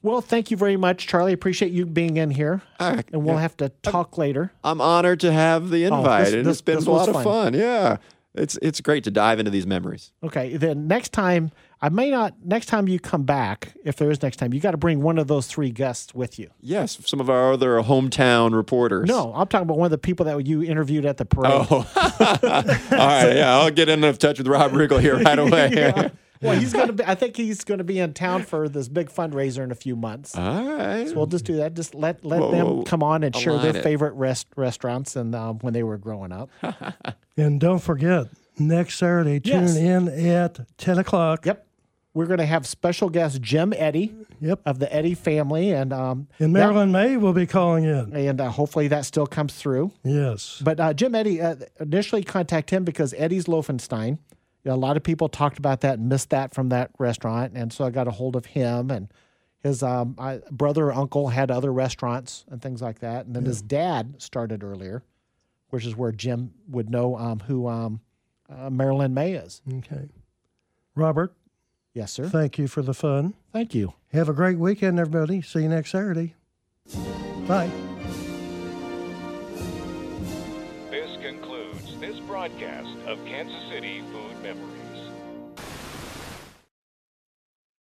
Speaker 1: Well, thank you very much, Charlie. Appreciate you being in here,
Speaker 3: All right.
Speaker 1: and we'll have to talk later.
Speaker 3: I'm honored to have the
Speaker 1: Oh,
Speaker 3: invite,
Speaker 1: this-
Speaker 3: and
Speaker 1: this-
Speaker 3: it's been
Speaker 1: this
Speaker 3: a
Speaker 1: was
Speaker 3: lot of
Speaker 1: fun.
Speaker 3: fun. Yeah. It's it's great to dive into these memories.
Speaker 1: Okay. Then next time, I may not, next time you come back, if there is next time, you got to bring one of those three guests with you.
Speaker 3: Yes. Some of our other hometown reporters.
Speaker 1: No, I'm talking about one of the people that you interviewed at the parade.
Speaker 3: Oh. All right. Yeah. I'll get in touch with Rob Riggle here right away.
Speaker 1: Well, he's going to be, I think he's going to be in town for this big fundraiser in a few months.
Speaker 3: All right.
Speaker 1: We'll just do that. Just let, let
Speaker 3: Uh, Whoa,
Speaker 1: them
Speaker 3: whoa, whoa.
Speaker 1: come on and share their
Speaker 3: Align it.
Speaker 1: favorite rest, restaurants and um, when they were growing up.
Speaker 2: And don't forget, next Saturday, tune
Speaker 1: Yes.
Speaker 2: in at 10 o'clock.
Speaker 1: Yep. We're going to have special guest Jim Eddy
Speaker 2: Yep.
Speaker 1: of the Eddy family. And, um,
Speaker 2: And
Speaker 1: that-
Speaker 2: Marilyn May will be calling in.
Speaker 1: and uh, hopefully that still comes through.
Speaker 2: Yes.
Speaker 1: But uh, Jim Eddy, uh, initially contact him because Eddie's Loafenstein. You know, a lot of people talked about that and missed that from that restaurant. And so I got a hold of him and His um, I, brother or uncle had other restaurants and things like that, and then his dad started earlier, which is where Jim would know um, who um, uh, Marilyn May is.
Speaker 2: Okay. Robert,
Speaker 1: Yes, sir.
Speaker 2: thank you for the fun.
Speaker 1: Thank you.
Speaker 2: Have a great weekend, everybody. See you next Saturday. Bye.
Speaker 9: This concludes this broadcast of Kansas City Food Memories.